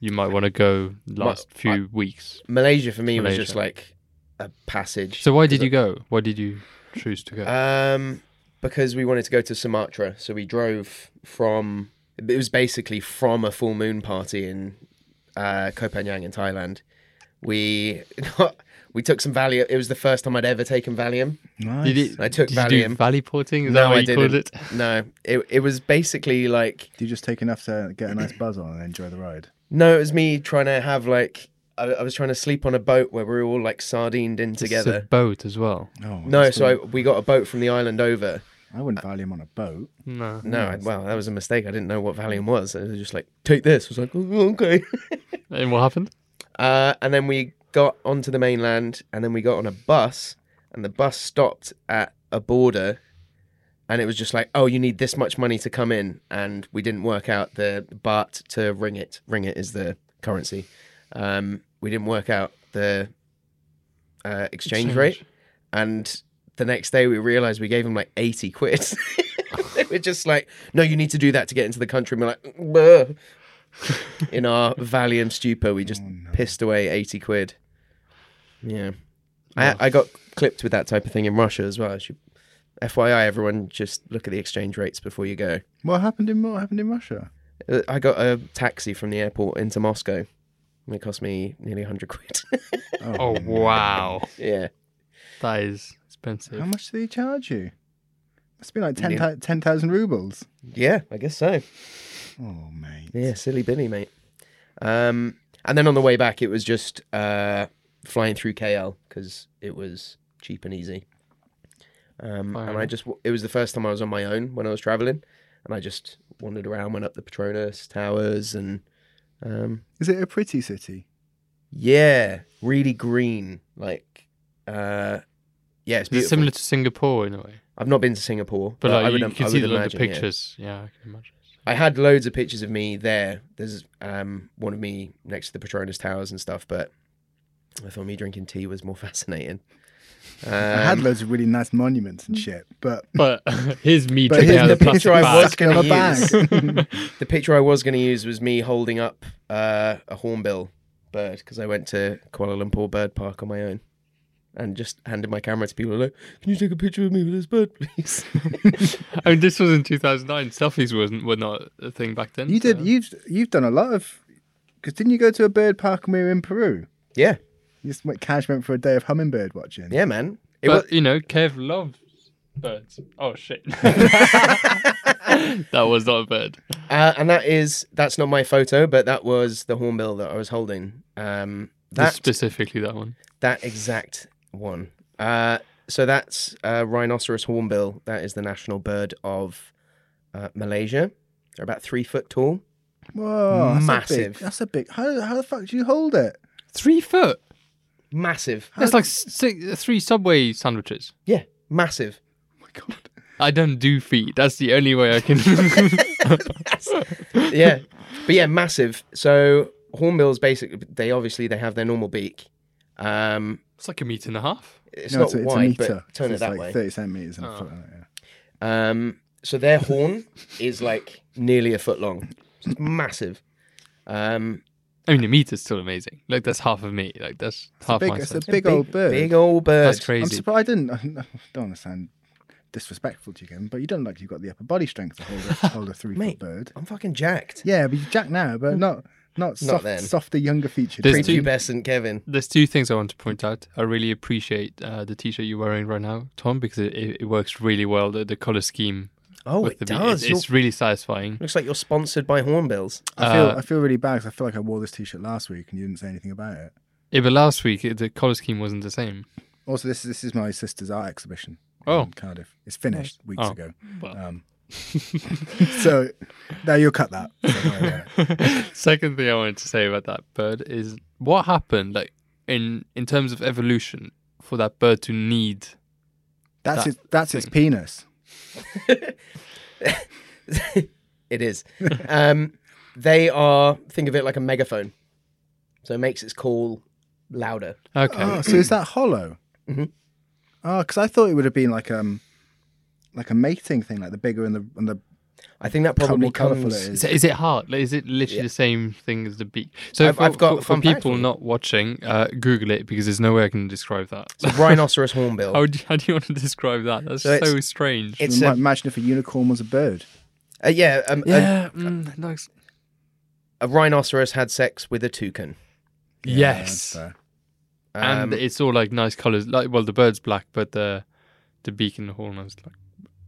Speaker 3: you might want to go last
Speaker 2: I-
Speaker 3: few weeks.
Speaker 2: Malaysia for me
Speaker 3: Malaysia.
Speaker 2: was just like a passage.
Speaker 3: So why did you go? Why did you choose to go?
Speaker 2: Um, because we wanted to go to Sumatra, so we drove from. It was basically from a full moon party in uh, Koh Phangan in Thailand. We we took some Valium. It was the first time I'd ever taken Valium.
Speaker 1: nice.
Speaker 3: did it,
Speaker 2: I took
Speaker 3: did you do
Speaker 2: Valium.
Speaker 3: valley porting? Is
Speaker 2: No,
Speaker 3: that what
Speaker 2: I
Speaker 3: you called it?
Speaker 2: didn't. No, it it was basically like
Speaker 1: Do you just take enough to get a nice buzz on and enjoy the ride?
Speaker 2: no, it was me trying to have like I, I was trying to sleep on a boat where we were all like sardined in
Speaker 3: It's a
Speaker 2: together.
Speaker 3: boat as well.
Speaker 1: Oh
Speaker 2: No,
Speaker 1: that's
Speaker 2: so I,
Speaker 1: cool.
Speaker 2: we got a boat from the island over.
Speaker 1: I wouldn't value him on a boat.
Speaker 3: No.
Speaker 2: No, I, well, that was a mistake. I didn't know what Valium was. I was just like, take this. I was like, "Oh, okay.
Speaker 3: And what happened?
Speaker 2: Uh, and then we got onto the mainland, and then we got on a bus, and the bus stopped at a border, and it was just like, oh, you need this much money to come in, and we didn't work out the baht to ringgit. Ringgit is the currency. Um, we didn't work out the uh, exchange rate, and the next day we realized we gave him like eighty quid. They we're just like, no, you need to do that to get into the country. And we're like, "Bleh." in our Valium stupor, we just
Speaker 1: Oh, no.
Speaker 2: pissed away 80 quid. Yeah. I, I got clipped with that type of thing in Russia as well. I should- FYI, everyone, just look at the exchange rates before you go.
Speaker 1: What happened in what happened in Russia?
Speaker 2: Uh, I got a taxi from the airport into Moscow. and It cost me nearly 100 quid.
Speaker 3: Oh wow,
Speaker 2: yeah.
Speaker 3: that is
Speaker 1: How
Speaker 3: expensive.
Speaker 1: much do they charge you? Must be like ten
Speaker 2: Yeah.
Speaker 1: thou- 10,000 rubles.
Speaker 2: Yeah, I guess so.
Speaker 1: Oh mate.
Speaker 2: Yeah, silly Billy, mate. Um, and then on the way back, it was just uh, flying through KL because it was cheap and easy. Um,
Speaker 3: Fair
Speaker 2: and I
Speaker 3: enough.
Speaker 2: just, it was the first time I was on my own when I was traveling. And I just wandered around, went up the Petronas Towers, and um,
Speaker 1: Is it a pretty city?
Speaker 2: yeah, really green. Like, uh, yeah, it's
Speaker 3: Is it
Speaker 2: beautiful.
Speaker 3: similar to Singapore in a way?
Speaker 2: I've not been to Singapore,
Speaker 3: But like,
Speaker 2: I would,
Speaker 3: you,
Speaker 2: I
Speaker 3: can
Speaker 2: would
Speaker 3: see the, like, the
Speaker 2: imagine, yeah.
Speaker 3: pictures. Yeah. I can imagine.
Speaker 2: I had loads of pictures of me there. There's um, one of me next to the Petronas Towers and stuff, but I thought me drinking tea was more fascinating. Um,
Speaker 1: I had loads of really nice monuments and shit, but
Speaker 3: But here's me
Speaker 1: but
Speaker 3: taking
Speaker 1: here's
Speaker 3: out
Speaker 1: the
Speaker 3: the
Speaker 1: picture
Speaker 3: plastic
Speaker 1: I
Speaker 3: bag.
Speaker 1: was going to
Speaker 2: Plastic
Speaker 1: bag.
Speaker 2: the picture I was going to use was me holding up uh, a hornbill bird because I went to Kuala Lumpur Bird Park on my own and just handed my camera to people like, "Can you take a picture of me with this bird, please?"
Speaker 3: I mean, this was in 2009. Selfies wasn't were not a thing back then.
Speaker 1: you did.
Speaker 3: so-
Speaker 1: You've you've done a lot of. Because didn't you go to a bird park when we were in Peru?
Speaker 2: yeah,
Speaker 1: You just went cash went for a day of hummingbird watching.
Speaker 2: yeah, man. It
Speaker 3: but
Speaker 2: was,
Speaker 3: you know, Kev loves birds. Oh shit, that was not a bird.
Speaker 2: uh, and that is that's not my photo, but that was the hornbill that I was holding. Um,
Speaker 3: Just
Speaker 2: that
Speaker 3: specifically that one.
Speaker 2: That exact one. Uh, so that's uh, rhinoceros hornbill. That is the national bird of uh, Malaysia. They're about three foot tall.
Speaker 1: Whoa, that's A big,
Speaker 2: Massive. Oh
Speaker 1: that's a big. How how the fuck do you hold it?
Speaker 3: Three foot.
Speaker 2: Massive.
Speaker 3: That's like six, three subway sandwiches.
Speaker 2: Yeah, massive.
Speaker 1: Oh my god.
Speaker 3: I don't do feet. That's the only way I can.
Speaker 2: Yeah, but yeah, massive. So hornbills basically, they obviously they have their normal beak. Um,
Speaker 3: it's like a meter and a half.
Speaker 2: it's not wide, but turn
Speaker 1: So
Speaker 2: it
Speaker 1: it's
Speaker 2: that
Speaker 1: like
Speaker 2: way.
Speaker 1: Thirty centimeters and a
Speaker 3: Oh.
Speaker 1: foot. isn't it? Yeah.
Speaker 2: Um, so their horn is like nearly a foot long. So it's massive. Um,
Speaker 3: I mean, a meter's still amazing. Like that's half of me. Like that's half
Speaker 1: Big,
Speaker 3: my
Speaker 1: it's a
Speaker 3: size.
Speaker 1: big, old bird.
Speaker 2: big old bird.
Speaker 3: That's
Speaker 1: I'm
Speaker 3: crazy.
Speaker 1: surprised I didn't. I don't want to sound disrespectful to you, Kevin, but you don't like you've got the upper body strength to hold a, hold a three foot
Speaker 2: Mate.
Speaker 1: bird.
Speaker 2: I'm fucking jacked.
Speaker 1: Yeah, but you jack now, but not not soft,
Speaker 2: then.
Speaker 1: softer, younger featured.
Speaker 3: There's
Speaker 1: bird.
Speaker 3: two-
Speaker 2: Prepubescent Kevin.
Speaker 3: There's two things I want to point out. I really appreciate uh, the t-shirt you're wearing right now, Tom, because it, it, it works really well. The, the color scheme.
Speaker 2: Oh,
Speaker 3: with
Speaker 2: it
Speaker 3: the beat.
Speaker 2: does.
Speaker 3: It's,
Speaker 2: You're-
Speaker 3: it's really satisfying.
Speaker 2: looks like you're sponsored by Hornbills.
Speaker 1: I feel
Speaker 3: uh,
Speaker 1: I feel really bad 'cause I feel like I wore this t-shirt last week and you didn't say anything about it.
Speaker 3: Yeah, but last week it- the color scheme wasn't the same.
Speaker 1: Also, this this is my sister's art exhibition.
Speaker 3: Oh.
Speaker 1: in Cardiff. It's finished weeks
Speaker 3: Oh.
Speaker 1: ago.
Speaker 3: Well.
Speaker 1: Um, so now you'll cut that. Don't worry about it.
Speaker 3: Second thing I wanted to say about that bird is what happened, like in in terms of evolution, for that bird to need.
Speaker 1: That's
Speaker 3: That
Speaker 1: its that's its penis.
Speaker 2: It is. um, they are think of it like a megaphone, so it makes its call louder.
Speaker 3: Okay.
Speaker 1: Oh, so is that hollow?
Speaker 2: Mhm.
Speaker 1: Oh, because I thought it would have been like um, like a mating thing, like the bigger and the and the
Speaker 2: I think that
Speaker 1: How
Speaker 2: probably
Speaker 1: more colourful
Speaker 2: comes.
Speaker 1: it
Speaker 3: Is it, is it hard? Like, is it literally
Speaker 2: Yeah.
Speaker 3: the same thing as the beak? So
Speaker 2: I've-
Speaker 3: for,
Speaker 2: I've got a
Speaker 3: for, for
Speaker 2: fun fact
Speaker 3: people
Speaker 2: for you.
Speaker 3: not watching, uh, Google it because there's no way I can describe that.
Speaker 2: It's a rhinoceros hornbill.
Speaker 3: how, do, how do you want to describe that? That's
Speaker 2: So
Speaker 3: so,
Speaker 2: it's-
Speaker 3: strange.
Speaker 2: it's
Speaker 1: might
Speaker 2: a,
Speaker 1: imagine if a unicorn was a bird.
Speaker 2: uh, yeah, um, a-
Speaker 3: yeah. mm, no, it's-
Speaker 2: A, rhinoceros had sex with a toucan.
Speaker 3: yes.
Speaker 1: that's fair.
Speaker 2: Um,
Speaker 3: and it's all like nice colors. Like, well, the bird's black, but the the beak and the horn is like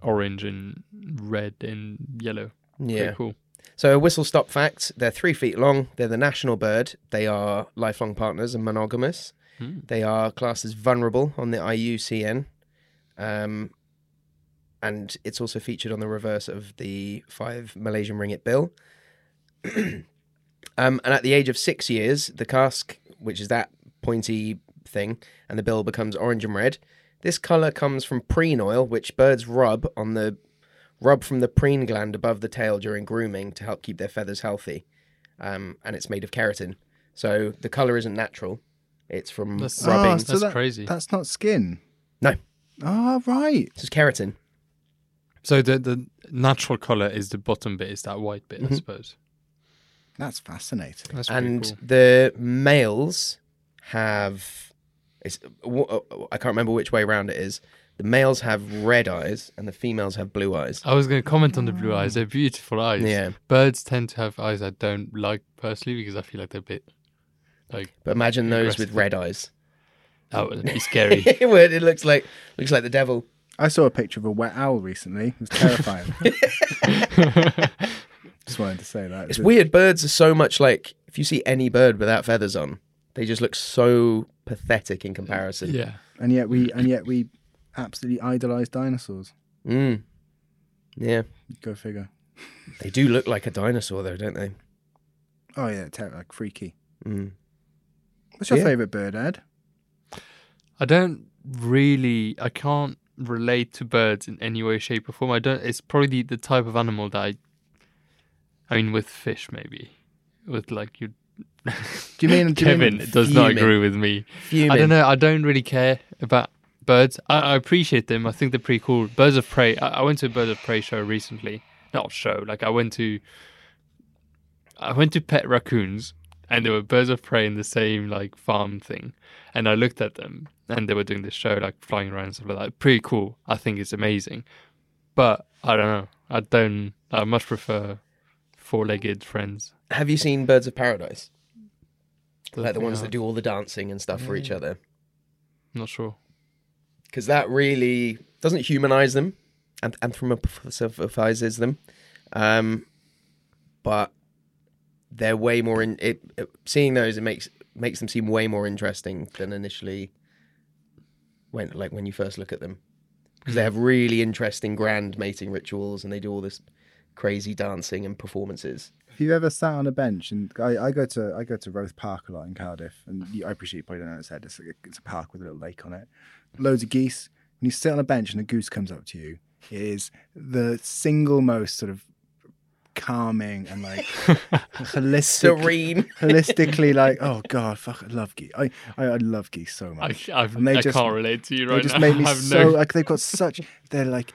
Speaker 3: orange and red and yellow. Pretty
Speaker 2: yeah.
Speaker 3: cool.
Speaker 2: So whistle stop facts: they're three feet long. They're the national bird. They are lifelong partners and monogamous.
Speaker 3: Hmm.
Speaker 2: They are classed as vulnerable on the IUCN, um, and it's also featured on the reverse of the five Malaysian ringgit bill. um, and at the age of six years, the casque, which is that pointy thing, and the bill becomes orange and red. This color comes from preen oil, which birds rub on the rub from the preen gland above the tail during grooming to help keep their feathers healthy. Um, and it's made of keratin. So the color isn't natural. It's from
Speaker 3: That's-
Speaker 2: rubbing.
Speaker 1: Ah,
Speaker 2: This
Speaker 1: so
Speaker 3: That's
Speaker 1: that-
Speaker 3: crazy.
Speaker 1: That's not skin.
Speaker 2: No.
Speaker 1: Oh, right.
Speaker 2: is keratin.
Speaker 3: So the the natural color is the bottom bit. Is that white bit? I
Speaker 2: Mhm.
Speaker 3: suppose.
Speaker 1: That's fascinating.
Speaker 3: That's pretty
Speaker 2: and
Speaker 3: cool.
Speaker 2: the males have it's wh- I can't remember which way round it is. The males have red eyes and the females have blue eyes.
Speaker 3: I was going to comment on the blue
Speaker 1: Mm.
Speaker 3: eyes. They're beautiful eyes.
Speaker 2: Yeah.
Speaker 3: Birds tend to have eyes I don't like personally because I feel like they're a bit like
Speaker 2: But imagine those with red eyes.
Speaker 1: Oh,
Speaker 3: that would be scary.
Speaker 2: it would- it looks like looks like the devil.
Speaker 1: I saw a picture of a wet owl recently. It was terrifying. Just wanted to say that.
Speaker 2: It's weird. Birds are so much like if you see any bird without feathers on, they just look so pathetic in comparison.
Speaker 3: yeah.
Speaker 1: And yet we and yet we absolutely idolize dinosaurs.
Speaker 2: Mm. Yeah.
Speaker 1: Go figure.
Speaker 2: They do look like a dinosaur, though, don't they?
Speaker 1: Oh yeah, ter- like freaky.
Speaker 2: Mm.
Speaker 1: What's your
Speaker 2: Yeah.
Speaker 1: favorite bird, Ed?
Speaker 3: I don't really. I can't relate to birds in any way, shape, or form. I don't. It's probably the, the type of animal that I. I mean, with fish maybe, with like you.
Speaker 1: Do you mean do you mean-
Speaker 3: Kevin does not
Speaker 2: fuming?
Speaker 3: agree with me.
Speaker 2: Fuming.
Speaker 3: I don't know. I don't really care about birds. I, I appreciate them. I think they're pretty cool. Birds of prey. I, I went to a bird of prey show recently. Not show. Like I went to. I went to pet raccoons, and there were birds of prey in the same like farm thing, and I looked at them, and they were doing this show like flying around and stuff like that. Pretty cool. I think it's amazing, but I don't know. I don't. I much prefer four-legged friends.
Speaker 2: Have you seen Birds of Paradise? like the
Speaker 3: thing
Speaker 2: ones
Speaker 3: I-
Speaker 2: that do all the dancing and stuff for each other
Speaker 3: Not sure.
Speaker 2: because that really doesn't humanize them and anthropomorphizes them um, but they're way more in it, it- seeing those it makes makes them seem way more interesting than initially when like when you first look at them because they have really interesting grand mating rituals and they do all this crazy dancing and performances
Speaker 1: If you've ever sat on a bench, and I, I go to I go to Roth Park a lot in Cardiff, and you, I appreciate you probably don't know it's Ed. It's a, it's a park with a little lake on it, loads of geese. When you sit on a bench and a goose comes up to you, it is the single most sort of calming and like holistic
Speaker 2: serene
Speaker 1: holistically like oh god fuck i love geese i i, I love geese so
Speaker 3: I,
Speaker 1: much
Speaker 3: I've,
Speaker 1: And they
Speaker 3: I
Speaker 1: just-
Speaker 3: can't relate to you
Speaker 1: they
Speaker 3: right
Speaker 1: just
Speaker 3: now.
Speaker 1: make me
Speaker 3: I have
Speaker 1: so
Speaker 3: no,
Speaker 1: like they've got such they're like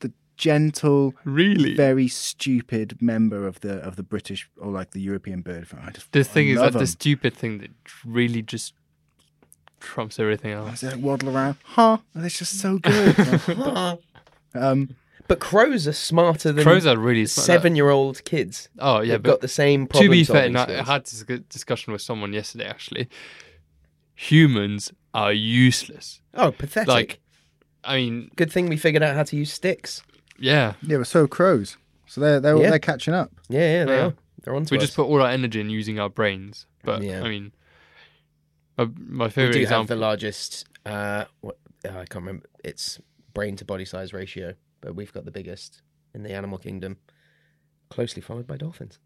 Speaker 1: the gentle
Speaker 3: really.
Speaker 1: very stupid member of the of the british or like the european bird family i just
Speaker 3: The thing
Speaker 1: I
Speaker 3: is
Speaker 1: love
Speaker 3: that the
Speaker 1: 'em.
Speaker 3: stupid thing that really just trumps everything
Speaker 1: I
Speaker 3: else.
Speaker 1: see them waddle around huh and it's just so good um
Speaker 2: but crows are smarter than
Speaker 3: Crows are really smart.
Speaker 2: seven-year-old kids.
Speaker 3: Oh yeah,
Speaker 2: They've got
Speaker 3: but
Speaker 2: the same
Speaker 3: to
Speaker 2: problem.
Speaker 3: be fair, and I I
Speaker 2: solving skills.
Speaker 3: had this good discussion with someone yesterday. Actually, humans are useless.
Speaker 2: oh, pathetic!
Speaker 3: Like, I mean,
Speaker 2: Good thing we figured out how to use sticks.
Speaker 3: yeah,
Speaker 1: yeah but so are crows so they're they're,
Speaker 2: Yeah.
Speaker 1: they're catching up
Speaker 2: Yeah, yeah, they
Speaker 3: Yeah.
Speaker 2: are. They're on.
Speaker 3: we just put all our energy in using our brains. But
Speaker 2: Yeah.
Speaker 3: I mean, my, my
Speaker 2: We
Speaker 3: favorite
Speaker 2: do have
Speaker 3: example.
Speaker 2: the largest. Uh, what, oh, I can't remember. It's brain to body size ratio, but we've got the biggest in the animal kingdom, closely followed by dolphins.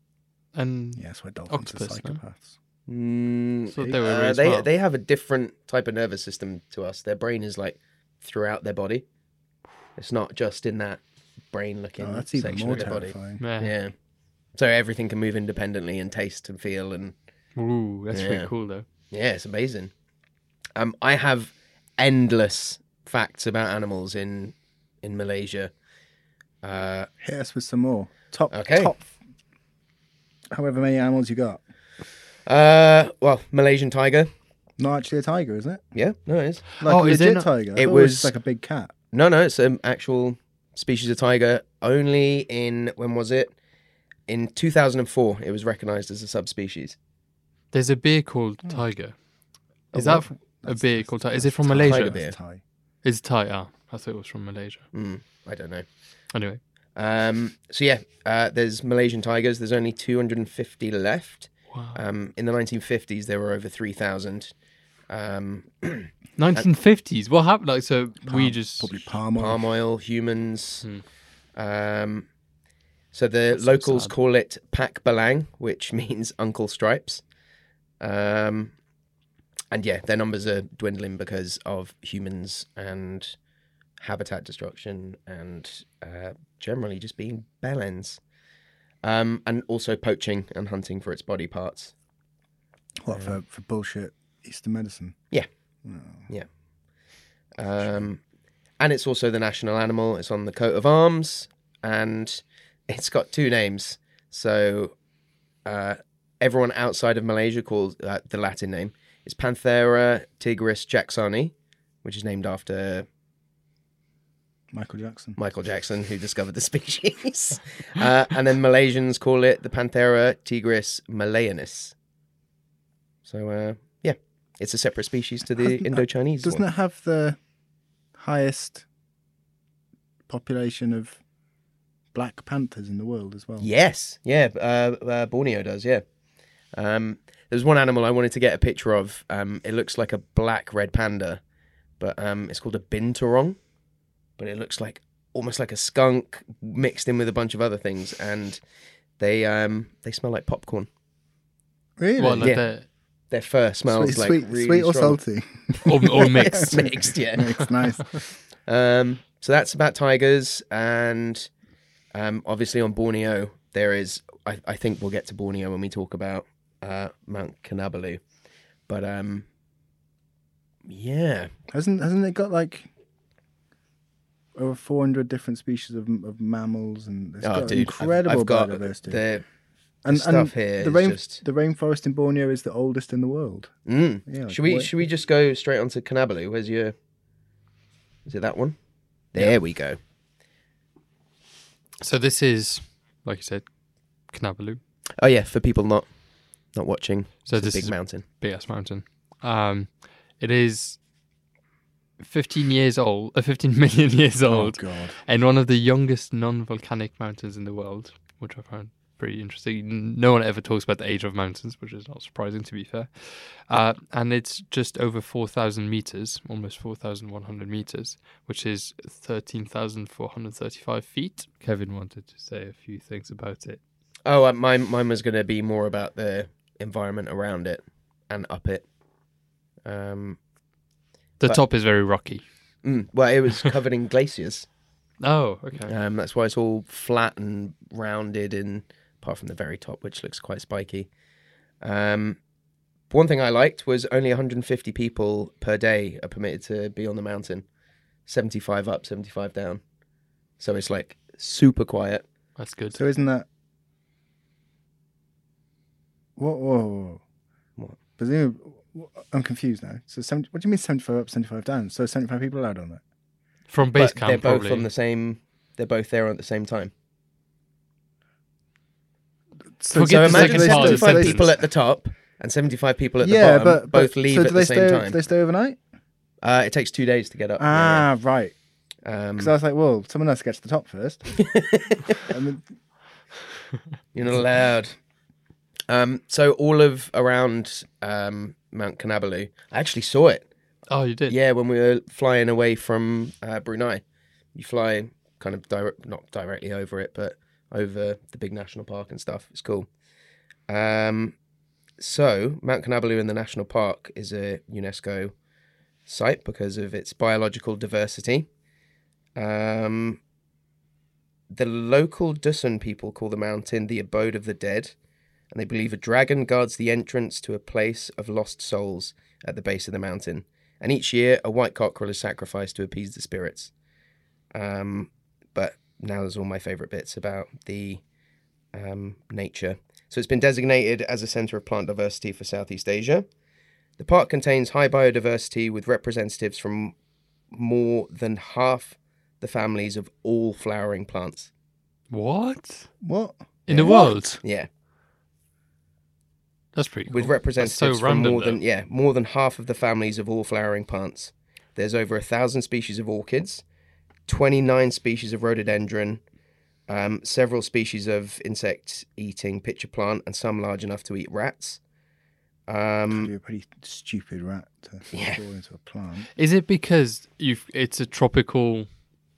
Speaker 3: and
Speaker 1: yeah that's why dolphins
Speaker 3: Octopus,
Speaker 1: are
Speaker 3: no?
Speaker 1: psychopaths Oh,
Speaker 2: Mm,
Speaker 3: Thought they were
Speaker 2: uh,
Speaker 3: very
Speaker 2: they
Speaker 3: smart.
Speaker 2: they have a different type of nervous system to us. Their brain is like throughout their body. It's not just in that brain looking
Speaker 1: Oh, that's even
Speaker 2: section
Speaker 1: more
Speaker 2: of the body.
Speaker 1: terrifying.
Speaker 3: Yeah.
Speaker 2: Yeah. So everything can move independently and taste and feel and
Speaker 3: Ooh, that's
Speaker 2: Yeah.
Speaker 3: pretty cool though.
Speaker 2: Yeah, it's amazing. Um, I have endless facts about animals in in Malaysia. Uh,
Speaker 1: Hit us with some more. Top,
Speaker 2: Okay.
Speaker 1: top, however many animals you got.
Speaker 2: uh, well, Malaysian tiger.
Speaker 1: Not actually a tiger, isn't it?
Speaker 2: Yeah, no, it is.
Speaker 1: Like
Speaker 3: Oh,
Speaker 1: a
Speaker 3: is
Speaker 1: legit
Speaker 3: it not-
Speaker 1: tiger. I
Speaker 2: it
Speaker 1: thought was
Speaker 2: was-
Speaker 1: just like a big cat.
Speaker 2: No, no, it's an actual species of tiger. Only in when was it? In 2004, it was recognized as a subspecies.
Speaker 3: There's a beer called Tiger.
Speaker 2: A
Speaker 3: Is
Speaker 2: what?
Speaker 3: that f- a
Speaker 1: That's-
Speaker 3: beer called Tiger? Is it
Speaker 1: that's
Speaker 3: from
Speaker 1: Thai.
Speaker 2: Tiger
Speaker 3: Malaysia?
Speaker 2: beer.
Speaker 1: That's Thai.
Speaker 3: It's Thai. Ah, I thought it was from Malaysia.
Speaker 2: Mm, I don't know.
Speaker 3: Anyway,
Speaker 2: Um, so yeah, uh, there's Malaysian tigers. There's only 250 left.
Speaker 3: wow.
Speaker 2: Um, in the 1950s, there were over 3,000. Um,
Speaker 3: 1950s. What happened? Like, so we
Speaker 1: Palm-
Speaker 3: just
Speaker 1: probably palm oil.
Speaker 2: palm oil, humans.
Speaker 3: Hmm.
Speaker 2: Um, so the
Speaker 3: That's so
Speaker 2: locals
Speaker 3: sad.
Speaker 2: call it Pak Balang, which means Uncle Stripes. Um, and yeah, their numbers are dwindling because of humans and habitat destruction and uh, generally just being bellends. Um, and also poaching and hunting for its body parts.
Speaker 1: What for, for bullshit Eastern medicine?
Speaker 2: Yeah.
Speaker 1: No.
Speaker 2: Um, and it's also the national animal. It's on the coat of arms, and it's got two names. So uh, everyone outside of Malaysia calls uh, the Latin name is Panthera tigris jacksoni, which is named after
Speaker 1: Michael Jackson.
Speaker 2: Michael Jackson, who discovered the species. uh, and then Malaysians call it the Panthera tigris malayanus. So uh, yeah, it's a separate species to the
Speaker 1: Hasn't that-
Speaker 2: Indo-Chinese.
Speaker 1: Doesn't
Speaker 2: one.
Speaker 1: it have the highest population of black panthers in the world as well?
Speaker 2: Yes, yeah, uh, uh, Borneo does. Yeah, um, there's one animal I wanted to get a picture of. Um, it looks like a black red panda, but um, it's called a binturong. But it looks like almost like a skunk mixed in with a bunch of other things, and they um, they smell like popcorn.
Speaker 1: Really?
Speaker 3: what, like
Speaker 2: Yeah.
Speaker 3: the-
Speaker 2: Their fur smells
Speaker 1: sweet,
Speaker 2: like
Speaker 1: sweet,
Speaker 2: really
Speaker 1: sweet or
Speaker 2: strong.
Speaker 1: salty?
Speaker 3: or, or mixed.
Speaker 2: mixed, yeah.
Speaker 1: It's nice.
Speaker 2: Um, so that's about tigers, and um, obviously on Borneo there is. I, I think we'll get to Borneo when we talk about uh, Mount Kinabalu, but um, yeah,
Speaker 1: hasn't hasn't it got like over four hundred different species of, of mammals and it's
Speaker 2: oh
Speaker 1: got
Speaker 2: dude, I've-
Speaker 1: incredible
Speaker 2: I've, got
Speaker 1: biodiversity.
Speaker 2: the
Speaker 1: and,
Speaker 2: stuff here
Speaker 1: the,
Speaker 2: is
Speaker 1: rain,
Speaker 2: just-
Speaker 1: the rainforest in Borneo is the oldest in the world.
Speaker 2: mm.
Speaker 1: Yeah, like,
Speaker 2: should we
Speaker 1: what-
Speaker 2: should we just go straight onto Kinabalu? Where's your? Is it that one? There we go.
Speaker 3: So this is, like you said, Kinabalu.
Speaker 2: Oh yeah, for people not not watching,
Speaker 3: So
Speaker 2: it's
Speaker 3: this
Speaker 2: a big
Speaker 3: is
Speaker 2: mountain.
Speaker 3: big ass mountain. Um, it is 15 years old, uh, 15 million years
Speaker 1: Oh
Speaker 3: old,
Speaker 1: god!
Speaker 3: and one of the youngest non-volcanic mountains in the world, which I found pretty interesting. N- No one ever talks about the age of mountains, which is not surprising to be fair. Uh, and it's just over 4,000 meters, almost 4,100 meters, which is 13,435 feet. Kevin wanted to say a few things about it.
Speaker 2: Oh, uh, mine mine was going to be more about the environment around it and up it. Um,
Speaker 3: The
Speaker 2: But-
Speaker 3: top is very rocky.
Speaker 2: mm, well, it was covered in glaciers.
Speaker 3: Oh, okay.
Speaker 2: Um, that's why it's all flat and rounded, and apart from the very top, which looks quite spiky. Um, one thing I liked was only 150 people per day are permitted to be on the mountain, 75 up, 75 down. So it's like super quiet.
Speaker 3: That's good.
Speaker 1: So isn't that? Whoa, whoa, whoa.
Speaker 2: What?
Speaker 1: Presume- wh- I'm confused now. So, 70, what do you mean seventy-five up, seventy-five down? So, seventy-five people allowed on that?
Speaker 3: From base
Speaker 2: but
Speaker 3: camp,
Speaker 2: they're both
Speaker 3: probably.
Speaker 2: on the same. They're both there at the same time.
Speaker 1: So,
Speaker 3: Forget
Speaker 2: so
Speaker 3: the
Speaker 2: imagine
Speaker 3: second part of the
Speaker 2: 75
Speaker 3: sentence.
Speaker 2: people at the top and 75 people at the
Speaker 1: yeah,
Speaker 2: bottom
Speaker 1: but
Speaker 2: both
Speaker 1: but-
Speaker 2: leave
Speaker 1: so do
Speaker 2: at
Speaker 1: they
Speaker 2: the same
Speaker 1: stay,
Speaker 2: time.
Speaker 1: Do they stay overnight?
Speaker 2: Uh, it takes two days to get up.
Speaker 1: Ah, right.
Speaker 2: yeah, yeah. Um,
Speaker 3: Mm.
Speaker 1: Because I was like, well, someone else gets to the top first. and then,
Speaker 2: you're not allowed. Um, so all of around um, Mount Kinabalu, I actually saw it.
Speaker 3: Oh, you did.
Speaker 2: Yeah, when we were flying away from uh, Brunei, you fly kind of direct, not directly over it, but over the big national park and stuff. It's cool. Um, so Mount Kinabalu in the national park is a UNESCO site because of its biological diversity. Um, The local Dusun people call the mountain the abode of the dead, and they believe a dragon guards the entrance to a place of lost souls at the base of the mountain. And each year, a white cockerel is sacrificed to appease the spirits. Um, but now there's all my favorite bits about the um, nature. So it's been designated as a center of plant diversity for Southeast Asia. The park contains high biodiversity with representatives from more than half the families of all flowering plants.
Speaker 3: What?
Speaker 1: What?
Speaker 3: In the world?
Speaker 2: Yeah,
Speaker 3: That's pretty cool.
Speaker 2: with representatives
Speaker 3: That's so
Speaker 2: from
Speaker 3: random,
Speaker 2: more than
Speaker 3: though.
Speaker 2: yeah more than half of the families of all flowering plants. There's over a thousand species of orchids, 29 species of rhododendron, um, several species of insect-eating pitcher plant, and some large enough to eat rats. Um,
Speaker 1: You're a pretty stupid rat to
Speaker 2: Yeah.
Speaker 1: fall into a plant.
Speaker 3: Is it because you've it's a tropical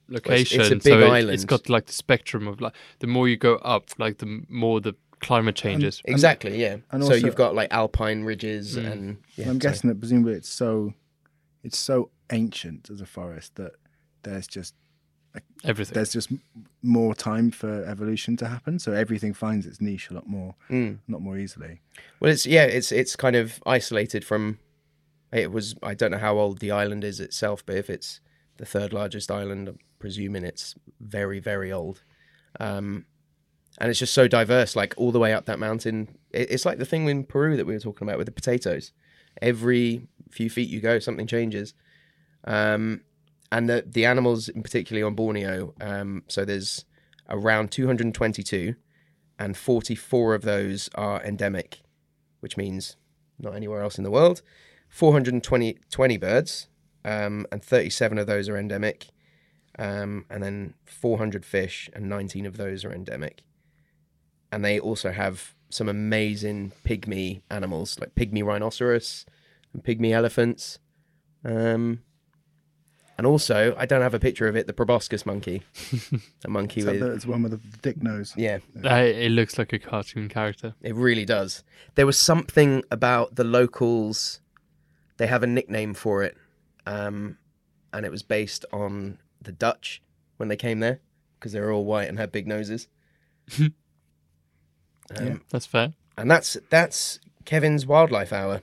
Speaker 3: location?
Speaker 2: it's a
Speaker 3: so
Speaker 2: big
Speaker 3: it- It's
Speaker 2: island.
Speaker 3: got like the spectrum of like the more you go up, like the more the climate changes.
Speaker 2: exactly, yeah.
Speaker 1: and
Speaker 2: so
Speaker 1: also-
Speaker 2: you've got like alpine ridges
Speaker 3: Mm.
Speaker 2: and yeah,
Speaker 1: I'm
Speaker 2: sorry.
Speaker 1: guessing that presumably it's so it's so ancient as a forest that there's just
Speaker 3: everything.
Speaker 1: there's just m- more time for evolution to happen. So everything finds its niche a lot more,
Speaker 2: Mm.
Speaker 1: not more easily.
Speaker 2: Well, it's yeah, it's it's kind of isolated from. It was I don't know how old the island is itself, but if it's the third largest island, I'm presuming it's very very old. Um, and it's just so diverse, like all the way up that mountain. It, it's like the thing in Peru that we were talking about with the potatoes. Every few feet you go, something changes. Um, and the the animals, particularly on Borneo, um, so there's around 222, and 44 of those are endemic which means not anywhere else in the world. 420 20 birds, um, and 37 of those are endemic. Um, and then 400 fish, and 19 of those are endemic. And they also have some amazing pygmy animals, like pygmy rhinoceros and pygmy elephants. Um, and also, I don't have a picture of it, the proboscis monkey. a monkey
Speaker 1: It's, up
Speaker 2: with.
Speaker 1: there, it's the one with the dick nose.
Speaker 2: Yeah,
Speaker 3: Uh, it looks like a cartoon character.
Speaker 2: it really does. There was something about the locals. They have a nickname for it, um, and it was based on the Dutch when they came there because they were all white and had big noses. um,
Speaker 1: Yeah.
Speaker 3: That's fair.
Speaker 2: And that's that's Kevin's wildlife hour.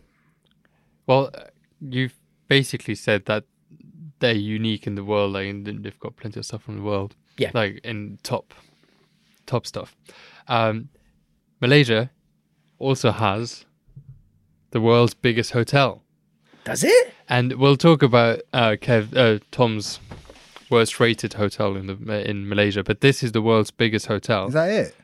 Speaker 3: Well, uh, you've basically said that they're unique in the world, like, and they've got plenty of stuff from the world.
Speaker 2: Yeah.
Speaker 3: Like in top, top stuff. Um, Malaysia also has the world's biggest hotel,
Speaker 2: Does it?
Speaker 3: and we'll talk about uh, Kev uh, Tom's worst rated hotel in the in Malaysia. But this is the world's biggest hotel.
Speaker 1: Is that it?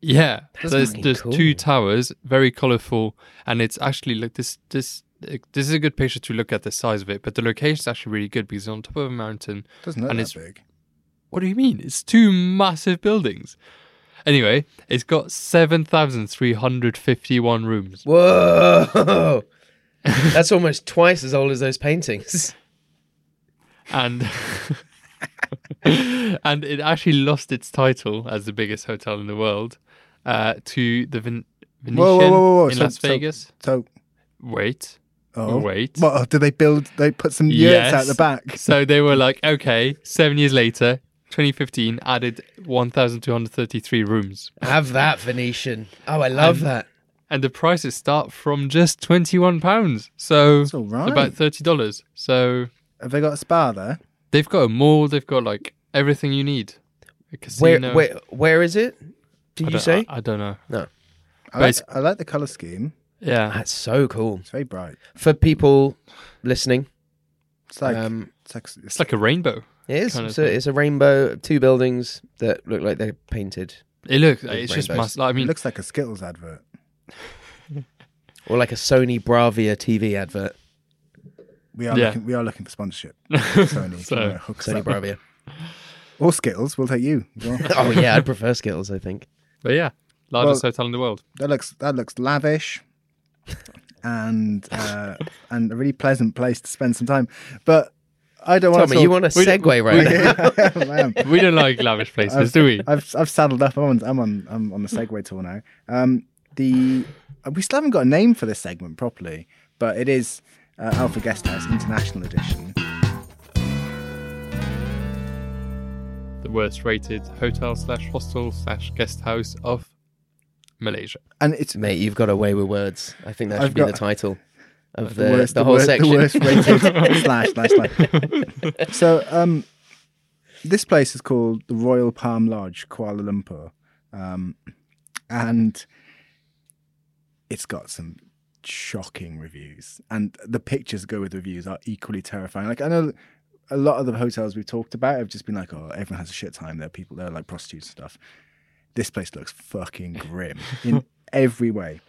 Speaker 3: Yeah,
Speaker 2: That's
Speaker 3: there's
Speaker 2: fucking
Speaker 3: there's
Speaker 2: cool.
Speaker 3: two towers, very colourful, and it's actually like this this this is a good picture to look at the size of it. But the location's actually really good because it's on top of a mountain.
Speaker 1: Doesn't look
Speaker 3: And
Speaker 1: that
Speaker 3: it's-
Speaker 1: big.
Speaker 3: What do you mean? It's two massive buildings. Anyway, it's got seven thousand three hundred fifty-one rooms.
Speaker 2: Whoa! that's almost twice as old as those paintings.
Speaker 3: and and it actually lost its title as the biggest hotel in the world uh, to the Ven- Venetian
Speaker 1: Whoa, whoa, whoa, whoa, whoa.
Speaker 3: in
Speaker 1: So-
Speaker 3: Las
Speaker 1: so-
Speaker 3: Vegas.
Speaker 1: So
Speaker 3: Wait,
Speaker 1: oh
Speaker 3: Wait.
Speaker 1: What did they build? They put some yurts out the back.
Speaker 3: So they were like, okay, seven years later, 2015, added 1,233 rooms,
Speaker 2: Have that Venetian. Oh, I love that.
Speaker 3: and the prices start from just 21 pounds. So
Speaker 1: That's all right.
Speaker 3: about 30 dollars. So
Speaker 1: Have they got a spa there?
Speaker 3: they've got a mall. They've got like everything you need. A
Speaker 2: Where
Speaker 3: casino.
Speaker 2: where where is it?
Speaker 3: I
Speaker 2: Did you
Speaker 3: don't-
Speaker 2: say?
Speaker 3: I, I don't know.
Speaker 1: I like,
Speaker 3: Basic-
Speaker 1: I like the color scheme.
Speaker 3: Yeah.
Speaker 2: that's so cool.
Speaker 1: It's very bright.
Speaker 2: For people listening,
Speaker 1: It's like
Speaker 2: um,
Speaker 1: it's like, it's
Speaker 3: It's like a rainbow.
Speaker 2: It is.
Speaker 3: kind of
Speaker 2: So
Speaker 3: thing.
Speaker 2: it's a rainbow, two buildings that look like they're painted,
Speaker 3: It looks.
Speaker 2: Big
Speaker 3: It's just
Speaker 2: rainbows.
Speaker 3: massive. Like, I
Speaker 1: it
Speaker 3: mean,
Speaker 1: looks like a Skittles advert.
Speaker 2: or like a Sony Bravia TV advert.
Speaker 1: We are
Speaker 3: Yeah.
Speaker 1: looking, we are looking for sponsorship. Sony,
Speaker 3: So-
Speaker 1: so, hook us
Speaker 2: Sony
Speaker 1: up.
Speaker 2: Bravia.
Speaker 1: or Skittles. We'll take you. as well.
Speaker 2: oh yeah, I'd prefer Skittles. I think.
Speaker 3: but yeah, largest
Speaker 1: Well-
Speaker 3: hotel in the world.
Speaker 1: that looks that looks lavish and uh, and a really pleasant place to spend some time. But I don't want
Speaker 2: Tommy, you want a
Speaker 3: we-
Speaker 2: segue right now?
Speaker 1: I am.
Speaker 3: We don't like lavish places, do we?
Speaker 1: I've I've saddled up. I'm on I'm on I'm on the Segway tour now. Um, the we still haven't got a name for this segment properly, but it is uh, Alpha Guesthouse International Edition.
Speaker 3: the worst rated hotel slash hostel slash guest house of Malaysia.
Speaker 1: And it's
Speaker 2: Mate, you've got away with words. I think that should
Speaker 1: I've
Speaker 2: be the
Speaker 1: got-
Speaker 2: title of the,
Speaker 1: the, worst,
Speaker 2: the
Speaker 1: the
Speaker 2: whole
Speaker 1: worst,
Speaker 2: section.
Speaker 1: the worst rated slash slash slash. So um, this place is called the Royal Palm Lodge, Kuala Lumpur, um, and it's got some shocking reviews, and the pictures that go with the reviews are equally terrifying. Like I know. A lot of the hotels we've talked about have just been like, "Oh, everyone has a shit time." There are people there, like prostitutes and stuff. This place looks fucking grim in every way.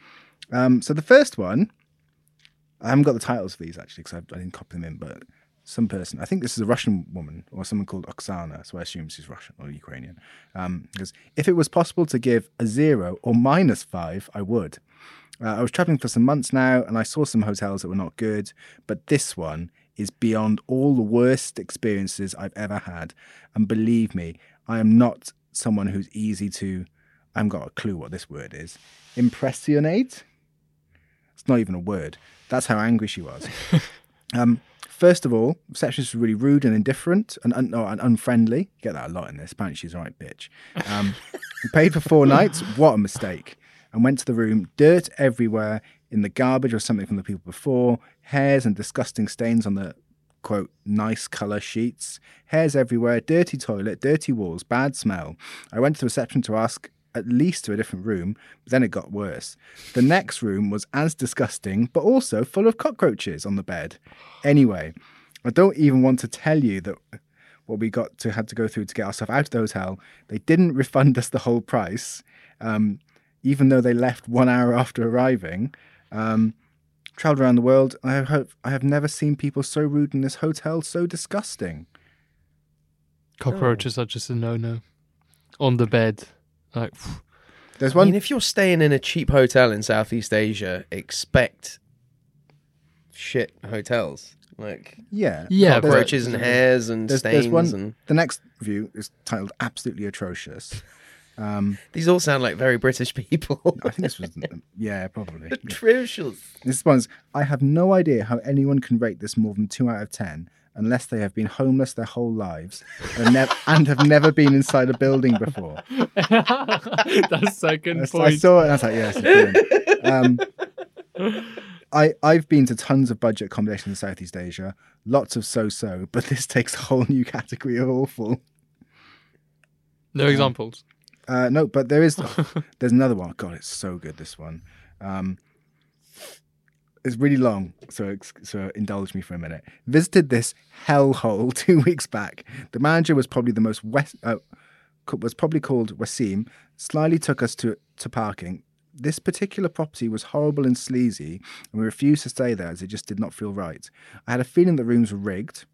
Speaker 1: Um, so the first one I haven't got the titles for these actually because I, I didn't copy them in, but some person, I think this is a Russian woman or someone called Oksana, so I assume she's Russian or Ukrainian. Um, because if it was possible to give a zero or minus five, I would. Uh, I was traveling for some months now and I saw some hotels that were not good, but this one is beyond all the worst experiences I've ever had. And believe me, I am not someone who's easy to, I haven't got a clue what this word is, impressionate. It's not even a word. That's how angry she was. um, first of all, receptionist was really rude and indifferent and, un- no, and unfriendly. You get that a lot in this. Apparently, she's a right bitch. Um, we paid for four nights. What a mistake. And went to the room, dirt everywhere in the garbage or something from the people before, hairs and disgusting stains on the quote nice color sheets hairs everywhere dirty toilet dirty walls bad smell i went to the reception to ask at least to a different room but then it got worse the next room was as disgusting but also full of cockroaches on the bed anyway i don't even want to tell you that what we got to had to go through to get ourselves out of the hotel they didn't refund us the whole price um, even though they left one hour after arriving um, traveled around the world. I have I have never seen people so rude in this hotel, so disgusting.
Speaker 3: Cockroaches are just a no no. On the bed. Like phew.
Speaker 1: There's
Speaker 2: I
Speaker 1: one.
Speaker 2: mean, if you're staying in a cheap hotel in Southeast Asia, expect shit hotels. Like
Speaker 1: yeah.
Speaker 3: Yeah, but-
Speaker 2: cockroaches and hairs and
Speaker 1: There's,
Speaker 2: stains
Speaker 1: there's one.
Speaker 2: and
Speaker 1: The next review is titled "Absolutely Atrocious." Um,
Speaker 2: these all sound like very British people.
Speaker 1: I think this was. yeah, probably.
Speaker 2: Atrocious.
Speaker 1: This one's. I have no idea how anyone can rate this more than two out of ten. Unless they have been homeless their whole lives and, nev- and have never been inside a building before.
Speaker 3: That's second
Speaker 1: That's- I
Speaker 3: point.
Speaker 1: saw it and I was like, yes. it's brilliant. um, I, I've been to tons of budget accommodations in Southeast Asia, lots of so so, but this takes a whole new category of awful.
Speaker 3: no examples.
Speaker 1: Uh, no, but there is there's another one. God, it's so good. This one, um, it's really long, so ex- so indulge me for a minute. Visited this hellhole two weeks back. The manager was probably the most west uh, co- was probably called Wasim. Slyly took us to to parking. This particular property was horrible and sleazy, and we refused to stay there as it just did not feel right. I had a feeling the rooms were rigged,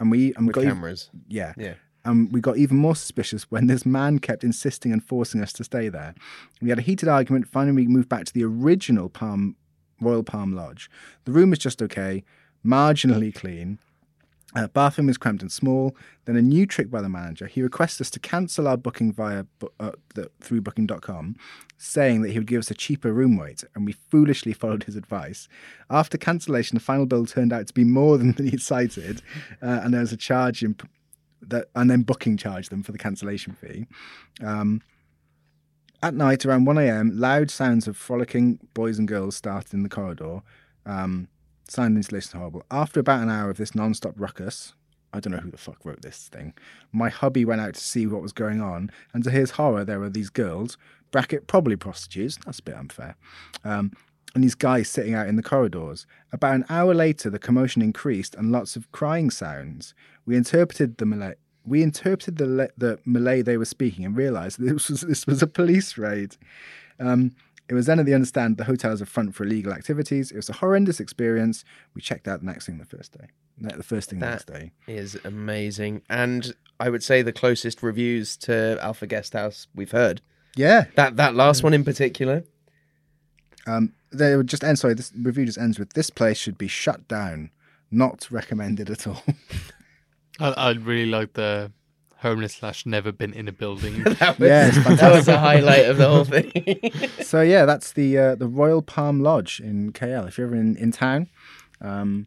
Speaker 1: and we and we
Speaker 2: With
Speaker 1: got ev-
Speaker 2: cameras.
Speaker 1: yeah.
Speaker 2: Yeah.
Speaker 1: And we got even more suspicious when this man kept insisting and forcing us to stay there. We had a heated argument. Finally, we moved back to the original Palm Royal Palm Lodge. The room was just okay, marginally clean. Uh, bathroom is cramped and small. Then a new trick by the manager. He requests us to cancel our booking via bu- uh, the, through Booking.com, saying that he would give us a cheaper room rate, and we foolishly followed his advice. After cancellation, the final bill turned out to be more than he cited, uh, and there was a charge in, that and then booking charged them for the cancellation fee. Um, at night, around 1 a.m., loud sounds of frolicking boys and girls started in the corridor. Um, sound insulation horrible. After about an hour of this non stop ruckus, I don't know who the fuck wrote this thing. My hubby went out to see what was going on, and to his horror, there were these girls, bracket probably prostitutes, that's a bit unfair, um, and these guys sitting out in the corridors. About an hour later, the commotion increased and lots of crying sounds. We interpreted the Malay. We interpreted the, le- the Malay they were speaking and realised that this was this was a police raid. Um, it was then at the understand the hotel is a front for illegal activities. It was a horrendous experience. We checked out the next thing the first day. The first thing the
Speaker 2: That-
Speaker 1: next day.
Speaker 2: is amazing. And I would say the closest reviews to Alpha Guest House we've heard.
Speaker 1: Yeah.
Speaker 2: That that last one in particular.
Speaker 1: Um, they would just end. Sorry, this review just ends with this place should be shut down. Not recommended at all.
Speaker 3: I, I really like the homeless slash never been in a building.
Speaker 2: That was,
Speaker 1: Yeah, it's
Speaker 2: that was the highlight of the whole thing.
Speaker 1: so yeah, that's the uh, the Royal Palm Lodge in KL. If you're ever in, in town, um,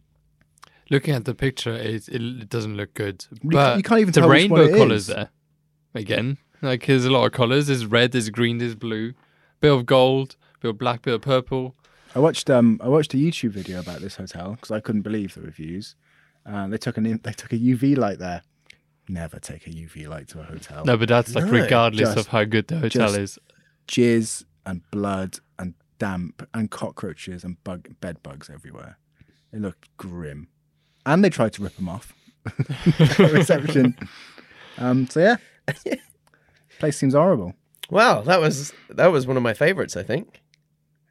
Speaker 3: Looking at the picture, it, it doesn't look good.
Speaker 1: you
Speaker 3: But
Speaker 1: can't even
Speaker 3: the
Speaker 1: tell which one
Speaker 3: rainbow
Speaker 1: it
Speaker 3: colours
Speaker 1: is.
Speaker 3: there. again. Like there's a lot of colours. There's red. There's green. There's blue. Bit of gold. Bit of black. Bit of purple.
Speaker 1: I watched um I watched a YouTube video about this hotel because I couldn't believe the reviews. Uh, they took an in- they took a UV light there. Never take a UV light to a hotel.
Speaker 3: No, but that's like
Speaker 2: No,
Speaker 3: regardless
Speaker 1: just-
Speaker 3: of how good the hotel
Speaker 1: just-
Speaker 3: is.
Speaker 1: Jizz and blood and damp and cockroaches and bug bed bugs everywhere. It looked grim, and they tried to rip them off at reception. um, so yeah, place seems horrible.
Speaker 2: Wow, that was that was one of my favorites. I think.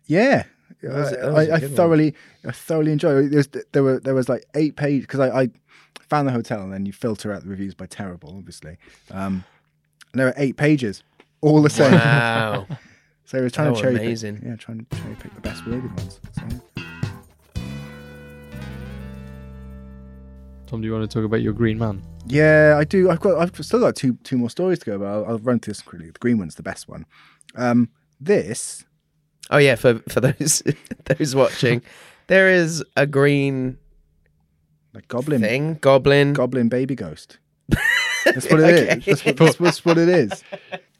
Speaker 1: Yeah.
Speaker 2: was-
Speaker 1: I-
Speaker 2: that was a
Speaker 1: I, I
Speaker 2: good one.
Speaker 1: thoroughly, I thoroughly enjoyed. It There's, there were there was like eight pages because I, I found the hotel and then you filter out the reviews by terrible, obviously. Um, and there were eight pages, all the same.
Speaker 2: Wow.
Speaker 1: So I was trying
Speaker 2: Oh,
Speaker 1: to cherry
Speaker 2: amazing.
Speaker 1: pick. Yeah, trying to cherry pick the best worded ones. So,
Speaker 3: Tom, do you want to talk about your green man?
Speaker 1: yeah, I do. I've got. I've still got two two more stories to go, but I'll, I'll run through this quickly. The green one's the best one. Um, this.
Speaker 2: Oh yeah, for for those those watching, there is a green
Speaker 1: The goblin,
Speaker 2: thing, goblin.
Speaker 1: goblin baby ghost. That's what it is. That's, what, that's, that's what it is.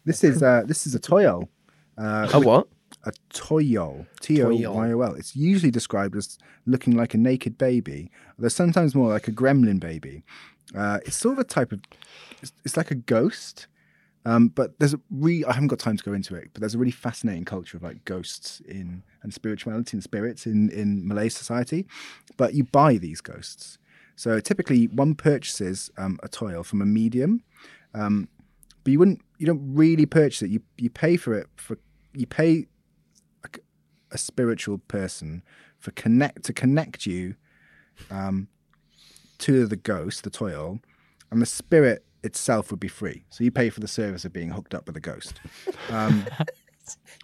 Speaker 1: This is uh, this is a toyo, uh,
Speaker 2: a what?
Speaker 1: a toyo, T O Y O L. It's usually described as looking like a naked baby, although sometimes more like a gremlin baby. Uh, it's sort of a type of, it's, it's like a ghost, um, but there's a re. I haven't got time to go into it, but there's a really fascinating culture of like ghosts in and spirituality and spirits in in Malay society. But you buy these ghosts, so typically one purchases um, a toil from a medium, um, but you wouldn't you don't really purchase it. You you pay for it for you pay a, a spiritual person for connect to connect you um, to the ghost, the toil, and the spirit itself would be free. So you pay for the service of being hooked up with a ghost. Um,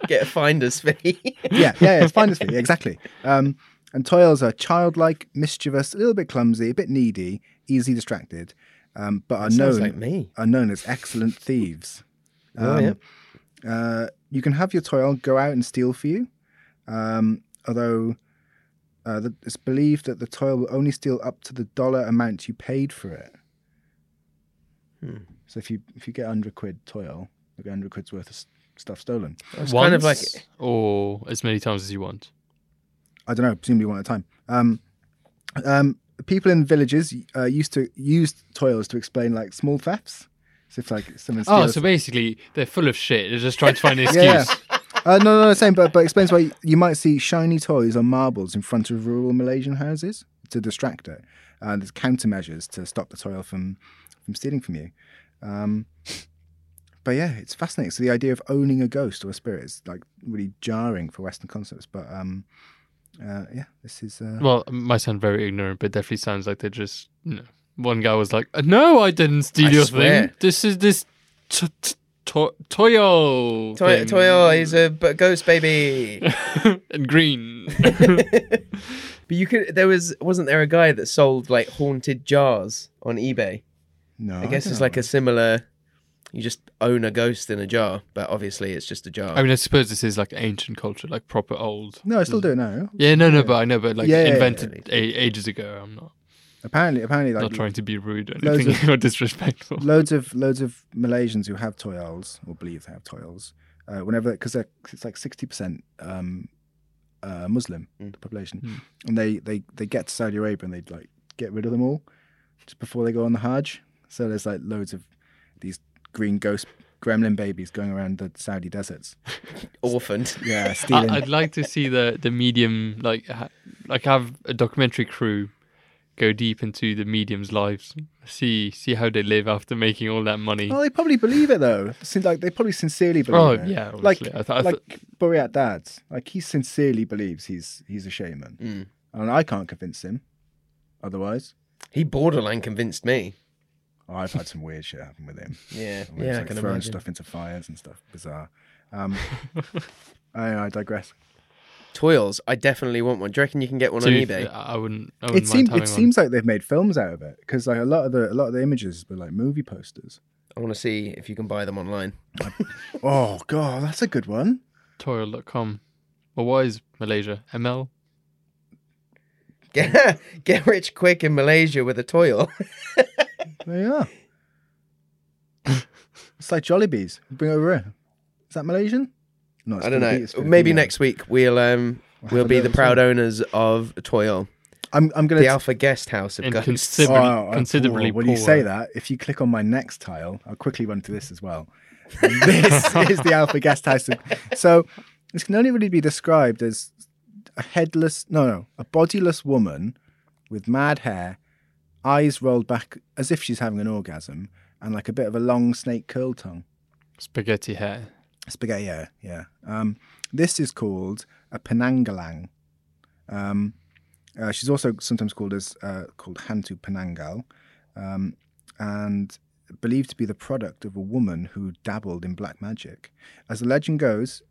Speaker 2: Get a finder's fee.
Speaker 1: yeah, yeah, yeah, finder's fee, exactly. Um, and toils are childlike, mischievous, a little bit clumsy, a bit needy, easily distracted, um, but are
Speaker 2: Sounds
Speaker 1: known
Speaker 2: like me.
Speaker 1: are known as excellent thieves.
Speaker 2: Oh,
Speaker 1: Um,
Speaker 2: yeah.
Speaker 1: uh, you can have your toil go out and steal for you, um, although uh, the, it's believed that the toil will only steal up to the dollar amount you paid for it.
Speaker 2: Hmm.
Speaker 1: So if you if you get hundred quid toil, you get hundred quid's worth of s- stuff stolen.
Speaker 2: It's kind of like
Speaker 3: Once or as many times as you want.
Speaker 1: I don't know, presumably one at a time. Um, um, people in villages uh, used to use toils to explain like small thefts. So if like someone
Speaker 3: Oh,
Speaker 1: steals,
Speaker 3: so basically they're full of shit. They're just trying to find an excuse.
Speaker 1: Yeah. Uh, no, no, no, same. But but explains why you might see shiny toys or marbles in front of rural Malaysian houses to distract it. Uh, there's countermeasures to stop the toil from from stealing from you. Um, but yeah, it's fascinating. So the idea of owning a ghost or a spirit is like really jarring for Western concepts. But um, uh, yeah, this is uh,
Speaker 3: Well, it might sound very ignorant, but definitely sounds like they're just you know. One guy was like, "No, I didn't steal
Speaker 2: I
Speaker 3: your
Speaker 2: swear.
Speaker 3: thing. This is this t- t- to- Toyo
Speaker 2: Toy,
Speaker 3: thing."
Speaker 2: Toyo is a b- ghost baby.
Speaker 3: and green."
Speaker 2: but you could. There was wasn't there a guy that sold like haunted jars on eBay?
Speaker 1: no.
Speaker 2: I
Speaker 1: Oh,
Speaker 2: guess
Speaker 1: don't
Speaker 2: it's
Speaker 1: know.
Speaker 2: like a similar. You just own a ghost in a jar, but obviously it's just a jar.
Speaker 3: I mean, I suppose this is like ancient culture, like proper old.
Speaker 1: no, I still do it now.
Speaker 3: Yeah, no, no, but I know, but like
Speaker 1: Yeah, yeah, yeah.
Speaker 3: invented a- ages ago. I'm not
Speaker 1: Apparently, apparently,
Speaker 3: not
Speaker 1: like
Speaker 3: trying to be rude or
Speaker 1: loads
Speaker 3: anything or disrespectful.
Speaker 1: loads of loads of Malaysians who have toils or believe they have toils, uh, whenever because they're it's like sixty percent um, uh, Muslim
Speaker 2: Mm.
Speaker 1: the population,
Speaker 3: Mm.
Speaker 1: and they, they they get to Saudi Arabia and they like get rid of them all just before they go on the Hajj. So there's like loads of these green ghost gremlin babies going around the Saudi deserts.
Speaker 2: Orphaned.
Speaker 1: Yeah,
Speaker 3: I,
Speaker 1: stealing.
Speaker 3: I'd like to see the the medium like ha- like have a documentary crew go deep into the mediums' lives, see see how they live after making all that money.
Speaker 1: Oh, they probably believe it though. Seems like they probably sincerely believe
Speaker 3: Oh,
Speaker 1: it.
Speaker 3: yeah,
Speaker 1: like
Speaker 3: obviously. I th- I th-
Speaker 1: like Boreat Dad's. Like he sincerely believes he's he's a shaman,
Speaker 2: Mm.
Speaker 1: and I can't convince him. Otherwise,
Speaker 2: He borderline convinced me.
Speaker 1: Oh, I've had some weird shit happen with him. Where
Speaker 2: Yeah,
Speaker 1: he's,
Speaker 2: yeah, I
Speaker 1: like,
Speaker 2: can
Speaker 1: throwing
Speaker 2: imagine.
Speaker 1: stuff into fires and stuff. Bizarre. Um, I, I digress.
Speaker 2: Toils. I definitely want one. Do you reckon you can get one
Speaker 3: So
Speaker 2: on
Speaker 3: if-
Speaker 2: eBay?
Speaker 3: I wouldn't. I
Speaker 1: It
Speaker 3: wouldn't mind
Speaker 1: seems
Speaker 3: having
Speaker 1: it seems like they've made films out of it because like a lot of the a lot of the images were like movie posters.
Speaker 2: I want to see if you can buy them online.
Speaker 1: Oh god, that's a good one.
Speaker 3: one. Toil.com. Well, what is Malaysia? ML.
Speaker 2: Get, get rich quick in Malaysia with a toil.
Speaker 1: There you are. It's like Jollibees. You bring it over here. Is that Malaysian? No, it's
Speaker 2: I don't
Speaker 1: Filipino-
Speaker 2: know.
Speaker 1: it's Filipino.
Speaker 2: Maybe next week we'll um
Speaker 1: We'll have
Speaker 2: we'll
Speaker 1: a
Speaker 2: be
Speaker 1: look
Speaker 2: the
Speaker 1: as
Speaker 2: proud
Speaker 1: well.
Speaker 2: owners of Toil,
Speaker 1: I'm I'm gonna
Speaker 2: the
Speaker 1: t-
Speaker 2: Alpha Guest House of
Speaker 3: And
Speaker 2: Ghosts.
Speaker 3: consider-
Speaker 1: Oh, oh, oh,
Speaker 3: considerably
Speaker 1: When you say
Speaker 3: poorer.
Speaker 1: that, if you click on my next tile, I'll quickly run through this as well. this is the Alpha Guest House. So this can only really be described as a headless, no, no, a bodiless woman with mad hair, eyes rolled back as if she's having an orgasm, and like a bit of a long snake curl tongue.
Speaker 3: Spaghetti hair.
Speaker 1: Spaghetti, yeah, yeah. Um, this is called a Penangalang. Um, uh, she's also sometimes called as uh, called Hantu Penangal, um, and believed to be the product of a woman who dabbled in black magic. As the legend goes,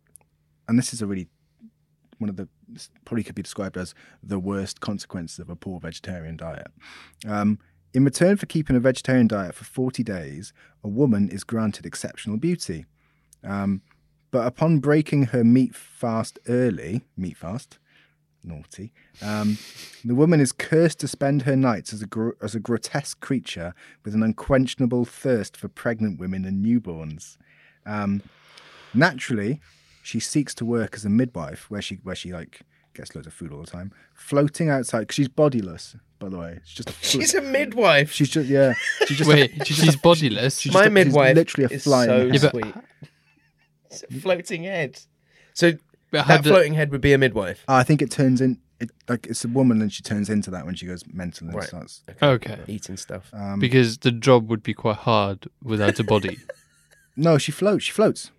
Speaker 1: and this is a really one of the this probably could be described as the worst consequences of a poor vegetarian diet. Um, in return for keeping a vegetarian diet for 40 days, a woman is granted exceptional beauty. Um, but upon breaking her meat fast early, meat fast, naughty, um, the woman is cursed to spend her nights as a, gr- as a grotesque creature with an unquenchable thirst for pregnant women and newborns. Um, naturally, she seeks to work as a midwife, where she where she like gets loads of food all the time, floating outside because she's bodiless. By the way, she's just a fl-
Speaker 2: She's a midwife.
Speaker 1: she's just yeah she's just a-
Speaker 3: Wait, she's bodiless.
Speaker 1: she's
Speaker 2: My
Speaker 1: just a- she's
Speaker 2: midwife
Speaker 1: literally a
Speaker 2: is
Speaker 1: fly in
Speaker 2: so
Speaker 1: the
Speaker 3: Yeah, but-
Speaker 2: sweet. It's a floating head. So
Speaker 3: But how
Speaker 2: that
Speaker 3: do-
Speaker 2: floating head would be a midwife.
Speaker 1: I think it turns in it like it's a woman and she turns into that when she goes mental and
Speaker 2: Right.
Speaker 1: starts.
Speaker 3: okay.
Speaker 2: Eating stuff.
Speaker 1: Um,
Speaker 3: Because the job would be quite hard without a body.
Speaker 1: no, she floats. She floats.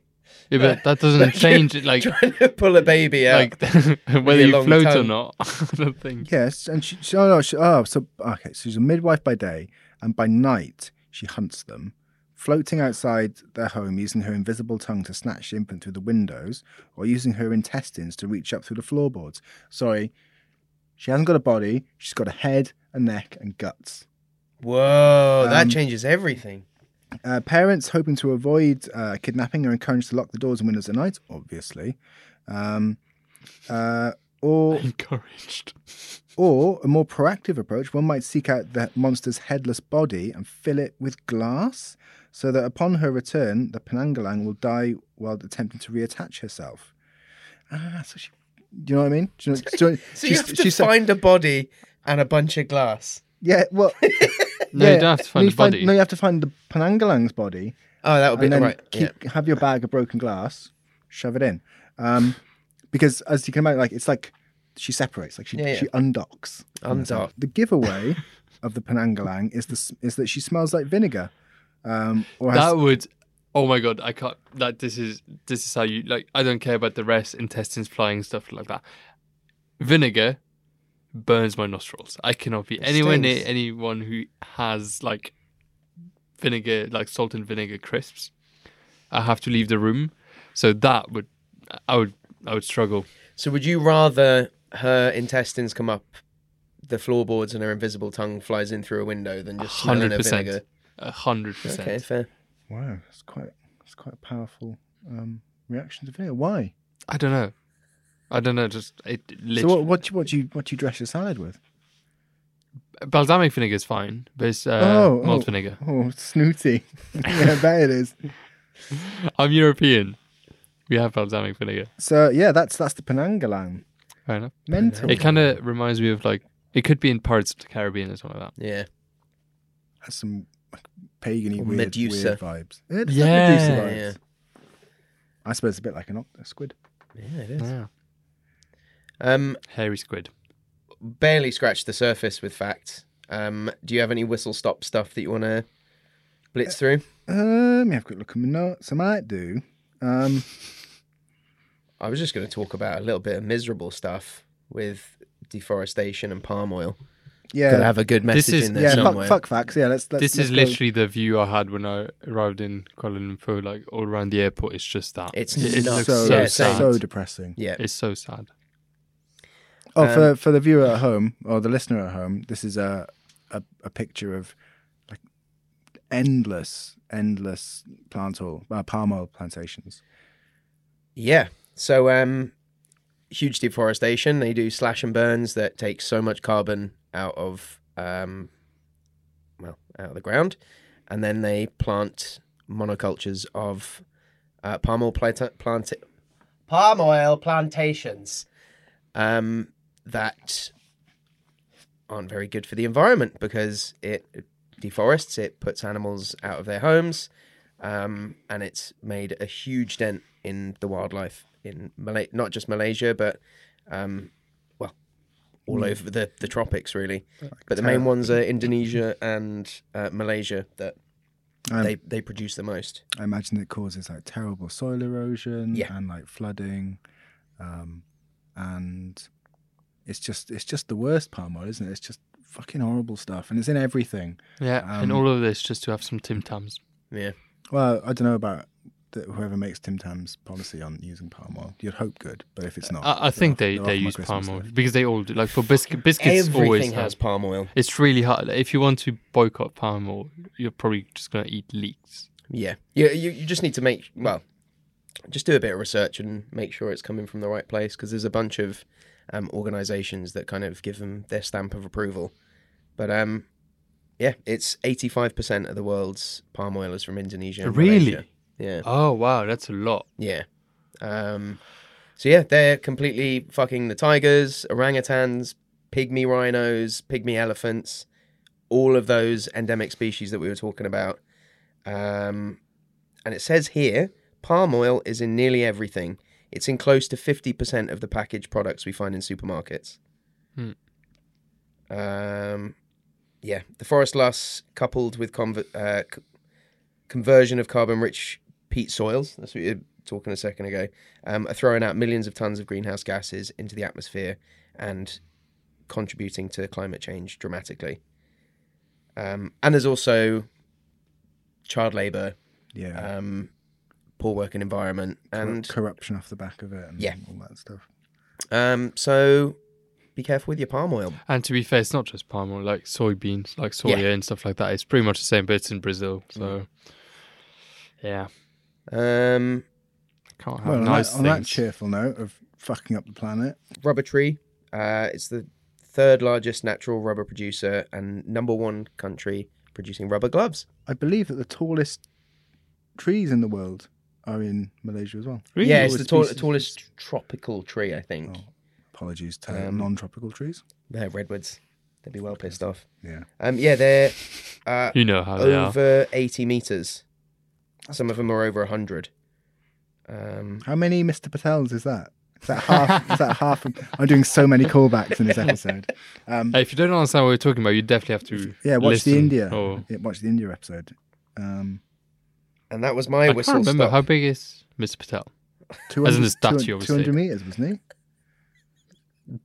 Speaker 3: Yeah, but that doesn't change it. Like,
Speaker 2: trying to pull a baby out.
Speaker 3: like whether
Speaker 2: a
Speaker 3: you
Speaker 2: long
Speaker 3: float or
Speaker 2: tongue.
Speaker 3: not. I don't think.
Speaker 1: Yes, and she. she oh no. She, oh, so okay. So she's a midwife by day, and by night she hunts them, floating outside their home, using her invisible tongue to snatch the infant through the windows, or using her intestines to reach up through the floorboards. Sorry, she hasn't got a body. She's got a head, a neck, and guts.
Speaker 2: Whoa, that
Speaker 1: Um,
Speaker 2: changes everything.
Speaker 1: Uh, parents hoping to avoid uh, kidnapping are encouraged to lock the doors and windows at night, obviously. Um, uh, or,
Speaker 3: Encouraged.
Speaker 1: or a more proactive approach, one might seek out the monster's headless body and fill it with glass so that upon her return, the Penangalang will die while attempting to reattach herself. Ah, so she. Do you know what I mean? Do you know, do you know-
Speaker 2: So you
Speaker 1: she's-
Speaker 2: have to
Speaker 1: she's-
Speaker 2: find a body and a bunch of glass.
Speaker 1: Yeah, well.
Speaker 3: No, you don't have to find
Speaker 1: you
Speaker 3: the body.
Speaker 1: No, you have to find the Penangalang's body.
Speaker 2: Oh, that would be
Speaker 1: and then
Speaker 2: right. yeah.
Speaker 1: keep, have your bag of broken glass, shove it in, um, because as you can imagine, like it's like she separates, like she
Speaker 2: Yeah, yeah.
Speaker 1: she undocks.
Speaker 2: Undock.
Speaker 1: The giveaway of the Penangalang is the s- is that she smells like vinegar, um, or has,
Speaker 3: That would. Oh my god, I can't. That this is this is how you like. I don't care about the rest, intestines flying, stuff like that. Vinegar burns my nostrils. I cannot be anywhere near
Speaker 2: stinks.
Speaker 3: anyone who has like vinegar, like salt and vinegar crisps. I have to leave the room, so that would I would I would struggle.
Speaker 2: So would you rather her intestines come up the floorboards and her invisible tongue flies in through a window than just smelling
Speaker 3: Hundred
Speaker 2: her
Speaker 3: percent.
Speaker 2: vinegar?
Speaker 3: hundred
Speaker 2: Okay,
Speaker 3: percent.
Speaker 2: fair.
Speaker 1: wow, it's quite it's quite a powerful um, reaction to vinegar. Why?
Speaker 3: I don't know. I don't know. Just it.
Speaker 1: So what
Speaker 3: Literally,
Speaker 1: what do you, what do you what do you dress your salad with?
Speaker 3: balsamic vinegar is fine, but it's uh,
Speaker 1: Oh,
Speaker 3: malt
Speaker 1: oh.
Speaker 3: vinegar.
Speaker 1: Oh, snooty! yeah, there it is.
Speaker 3: I'm European. We have balsamic vinegar.
Speaker 1: So yeah, that's that's the Penangalang.
Speaker 3: Fair enough.
Speaker 1: Mental.
Speaker 3: It kind of reminds me of like it could be in Pirates of the Caribbean or something like
Speaker 2: Yeah.
Speaker 1: has some like, pagan-y
Speaker 2: Or
Speaker 1: weird,
Speaker 2: Medusa.
Speaker 1: weird vibes. Yeah, it's like
Speaker 3: Yeah.
Speaker 1: Medusa
Speaker 3: Yeah,
Speaker 1: vibes.
Speaker 2: yeah.
Speaker 1: I suppose it's a bit like an oct- a squid.
Speaker 2: Yeah, it
Speaker 3: that.
Speaker 2: is. Um,
Speaker 3: Hairy squid.
Speaker 2: barely scratched the surface with facts. Um, do you have any whistle stop stuff that you want to
Speaker 1: Uh,
Speaker 2: blitz through?
Speaker 1: Um, let me have a quick look at my notes. I might do. Um,
Speaker 2: I was just going to talk about a little bit of miserable stuff with deforestation and palm oil. Could
Speaker 1: yeah,
Speaker 2: have a good
Speaker 3: This
Speaker 2: message
Speaker 3: is-
Speaker 2: in there
Speaker 1: yeah. Fuck,
Speaker 2: somewhere.
Speaker 1: fuck facts. Yeah, let's. let's
Speaker 3: This
Speaker 1: let's
Speaker 3: is
Speaker 1: go.
Speaker 3: literally the view I had when I arrived in Kuala Lumpur. Like all around the airport, it's just that.
Speaker 2: It's
Speaker 3: it, it
Speaker 1: so
Speaker 2: nuts.
Speaker 3: looks
Speaker 1: so,
Speaker 3: so,
Speaker 2: Yeah,
Speaker 3: sad.
Speaker 1: so depressing.
Speaker 2: Yeah.
Speaker 3: It's so sad.
Speaker 1: Oh,
Speaker 2: Um,
Speaker 1: for for the viewer at home or the listener at home, this is a a, a picture of like endless, endless plant oil, uh, palm oil plantations.
Speaker 2: Yeah. So um huge deforestation. They do slash and burns that take so much carbon out of um well, out of the ground. And then they plant monocultures of uh, palm oil planta- plant-
Speaker 5: Palm oil plantations.
Speaker 2: um, that aren't very good for the environment because it deforests, it puts animals out of their homes, um, and it's made a huge dent in the wildlife in Malay- not just Malaysia, but um, well, all
Speaker 5: Mm.
Speaker 2: over the, the tropics really. But the main ones are Indonesia and uh, Malaysia that
Speaker 1: Um,
Speaker 2: they they produce the most.
Speaker 1: I imagine it causes like terrible soil erosion
Speaker 2: Yeah.
Speaker 1: and like flooding, um, and it's just it's just the worst palm oil, isn't it? It's just fucking horrible stuff, and it's in everything.
Speaker 3: Yeah, and
Speaker 1: Um,
Speaker 3: all of this just to have some Tim Tams.
Speaker 2: Yeah,
Speaker 1: Well, I don't know about the, whoever makes Tim Tam's policy on using palm oil. You'd hope good, but if it's not,
Speaker 3: I, I think they,
Speaker 1: they're
Speaker 3: they
Speaker 1: off oh, my
Speaker 3: use
Speaker 1: Christmas
Speaker 3: palm oil
Speaker 1: list.
Speaker 3: because they all do. Like for biscuit, biscuits always
Speaker 2: everything
Speaker 3: has.
Speaker 2: has palm oil.
Speaker 3: It's really hard. If you want to boycott palm oil, you're probably just gonna eat leeks.
Speaker 2: Yeah. Yeah, you, you just need to make, well, just do a bit of research and make sure it's coming from the right place because there's a bunch of um, organizations that kind of give them their stamp of approval. But um, yeah, it's 85% of the world's palm oil is from Indonesia. and
Speaker 3: Really?
Speaker 2: Malaysia. Yeah.
Speaker 3: Oh wow, that's a lot.
Speaker 2: Yeah. Um, so yeah, they're completely fucking the tigers, orangutans, pygmy rhinos, pygmy elephants, all of those endemic species that we were talking about. Um, and it says here, palm oil is in nearly everything. It's in close to fifty percent of the packaged products we find in supermarkets.
Speaker 3: Hmm.
Speaker 2: Um, yeah, the forest loss coupled with conver- uh, c- conversion of carbon-rich peat soils. That's what you were talking a second ago. Um, are throwing out millions of tons of greenhouse gases into the atmosphere and contributing to climate change dramatically. Um, and there's also child labour,
Speaker 1: yeah,
Speaker 2: um, poor working environment,
Speaker 1: corru-
Speaker 2: and
Speaker 1: corruption off the back of it, and
Speaker 2: Yeah.
Speaker 1: all that stuff.
Speaker 2: um, so be careful with your palm oil.
Speaker 3: And to be fair, it's not just palm oil. Like soybeans, like soya and stuff like that. It's pretty much the same, but it's in Brazil.
Speaker 2: Mm.
Speaker 3: So yeah,
Speaker 2: Um,
Speaker 3: can't have
Speaker 1: Well, on,
Speaker 3: nice
Speaker 1: that, on that
Speaker 3: things.
Speaker 1: cheerful note of fucking up the planet,
Speaker 2: rubber tree. Uh, it's the third largest natural rubber producer and number one country producing rubber gloves.
Speaker 1: I believe that the tallest trees in the world are in Malaysia as well.
Speaker 3: Really?
Speaker 2: Yeah, it's the tall,
Speaker 1: species.
Speaker 2: tallest tropical tree, I think.
Speaker 1: Oh. Apologies to
Speaker 2: Um,
Speaker 1: non-tropical trees.
Speaker 2: They're redwoods. They'd be well pissed off.
Speaker 1: Yeah.
Speaker 2: Um, yeah, they're uh,
Speaker 3: you know how they are.
Speaker 2: over 80 meters. Some of them are over 100. Um,
Speaker 1: How many Mr. Patels is that? Is that half? is that half? Of, I'm doing so many callbacks in this episode. Um,
Speaker 3: Hey, if you don't understand what we're talking about, you definitely have to.
Speaker 1: yeah, watch
Speaker 3: listen oh.
Speaker 1: the India.
Speaker 3: Or,
Speaker 1: Yeah, watch the India episode. Um,
Speaker 2: and that was my
Speaker 3: I can't
Speaker 2: whistle
Speaker 3: remember
Speaker 2: stop.
Speaker 3: how big is Mr. Patel.
Speaker 1: 200,
Speaker 3: As in the statue,
Speaker 1: 200
Speaker 3: obviously.
Speaker 1: 200 meters, wasn't he?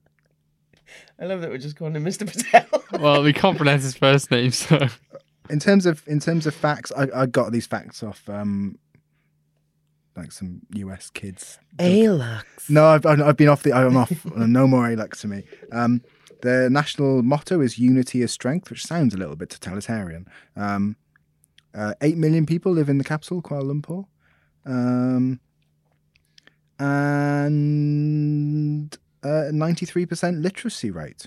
Speaker 2: I love that we're just calling him Mr. Patel.
Speaker 3: Well, we can't pronounce his first name, so
Speaker 1: In terms of in terms of facts, I, I got these facts off um, like some US kids
Speaker 2: Alux.
Speaker 1: No, I've, I've I've been off the. I'm off. no more Alex to me. Um, their national motto is "Unity is strength," which sounds a little bit totalitarian. Um, uh, Eight million people live in the capital, Kuala Lumpur, um, and uh, ninety-three percent literacy rate.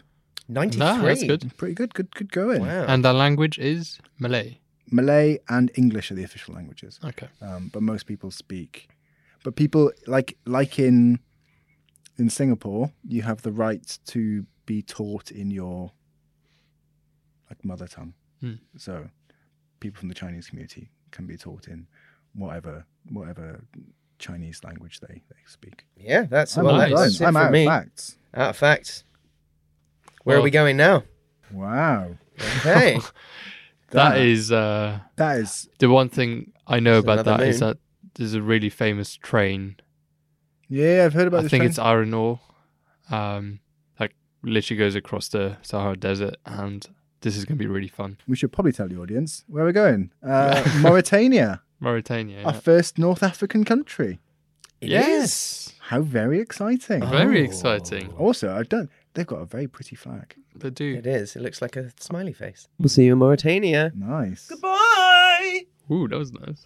Speaker 2: 93.
Speaker 3: no, that's good.
Speaker 1: Pretty good. Good. Good going.
Speaker 2: Wow.
Speaker 3: And their language is Malay.
Speaker 1: Malay and English are the official languages.
Speaker 3: Okay.
Speaker 1: um, but most people speak. But people like like in in Singapore, you have the right to be taught in your like mother tongue.
Speaker 3: Hmm.
Speaker 1: So people from the Chinese community can be taught in whatever whatever Chinese language they, they speak.
Speaker 2: yeah, that's,
Speaker 1: I'm
Speaker 2: well,
Speaker 1: out
Speaker 2: that
Speaker 1: of
Speaker 2: is
Speaker 1: time.
Speaker 2: it
Speaker 1: I'm
Speaker 2: for
Speaker 1: out of
Speaker 2: me.
Speaker 1: facts.
Speaker 2: Out of fact. Where are
Speaker 3: Well-
Speaker 2: we going now?
Speaker 1: Wow,
Speaker 2: Okay.
Speaker 1: That-
Speaker 3: that is uh,
Speaker 1: that is
Speaker 3: the one thing I know
Speaker 2: It's
Speaker 3: about that is
Speaker 2: another moon.
Speaker 3: that there's a really famous train.
Speaker 1: yeah. I've heard about
Speaker 3: I
Speaker 1: this.
Speaker 3: think
Speaker 1: train.
Speaker 3: it's iron ore. Um, like literally goes across the Sahara Desert, and this is gonna be really fun.
Speaker 1: we should probably tell the audience where we're going. Uh, Mauritania,
Speaker 3: Mauritania.
Speaker 1: our
Speaker 3: yeah.
Speaker 1: first North African country.
Speaker 2: It
Speaker 3: Yes.
Speaker 2: is.
Speaker 1: How very exciting!
Speaker 3: Very
Speaker 2: Oh.
Speaker 3: exciting.
Speaker 1: Also, I've done. They've got a very pretty flag.
Speaker 3: They do.
Speaker 2: It is. It looks like a smiley face. We'll see you in Mauritania.
Speaker 1: Nice.
Speaker 2: Goodbye.
Speaker 3: Ooh, that was nice.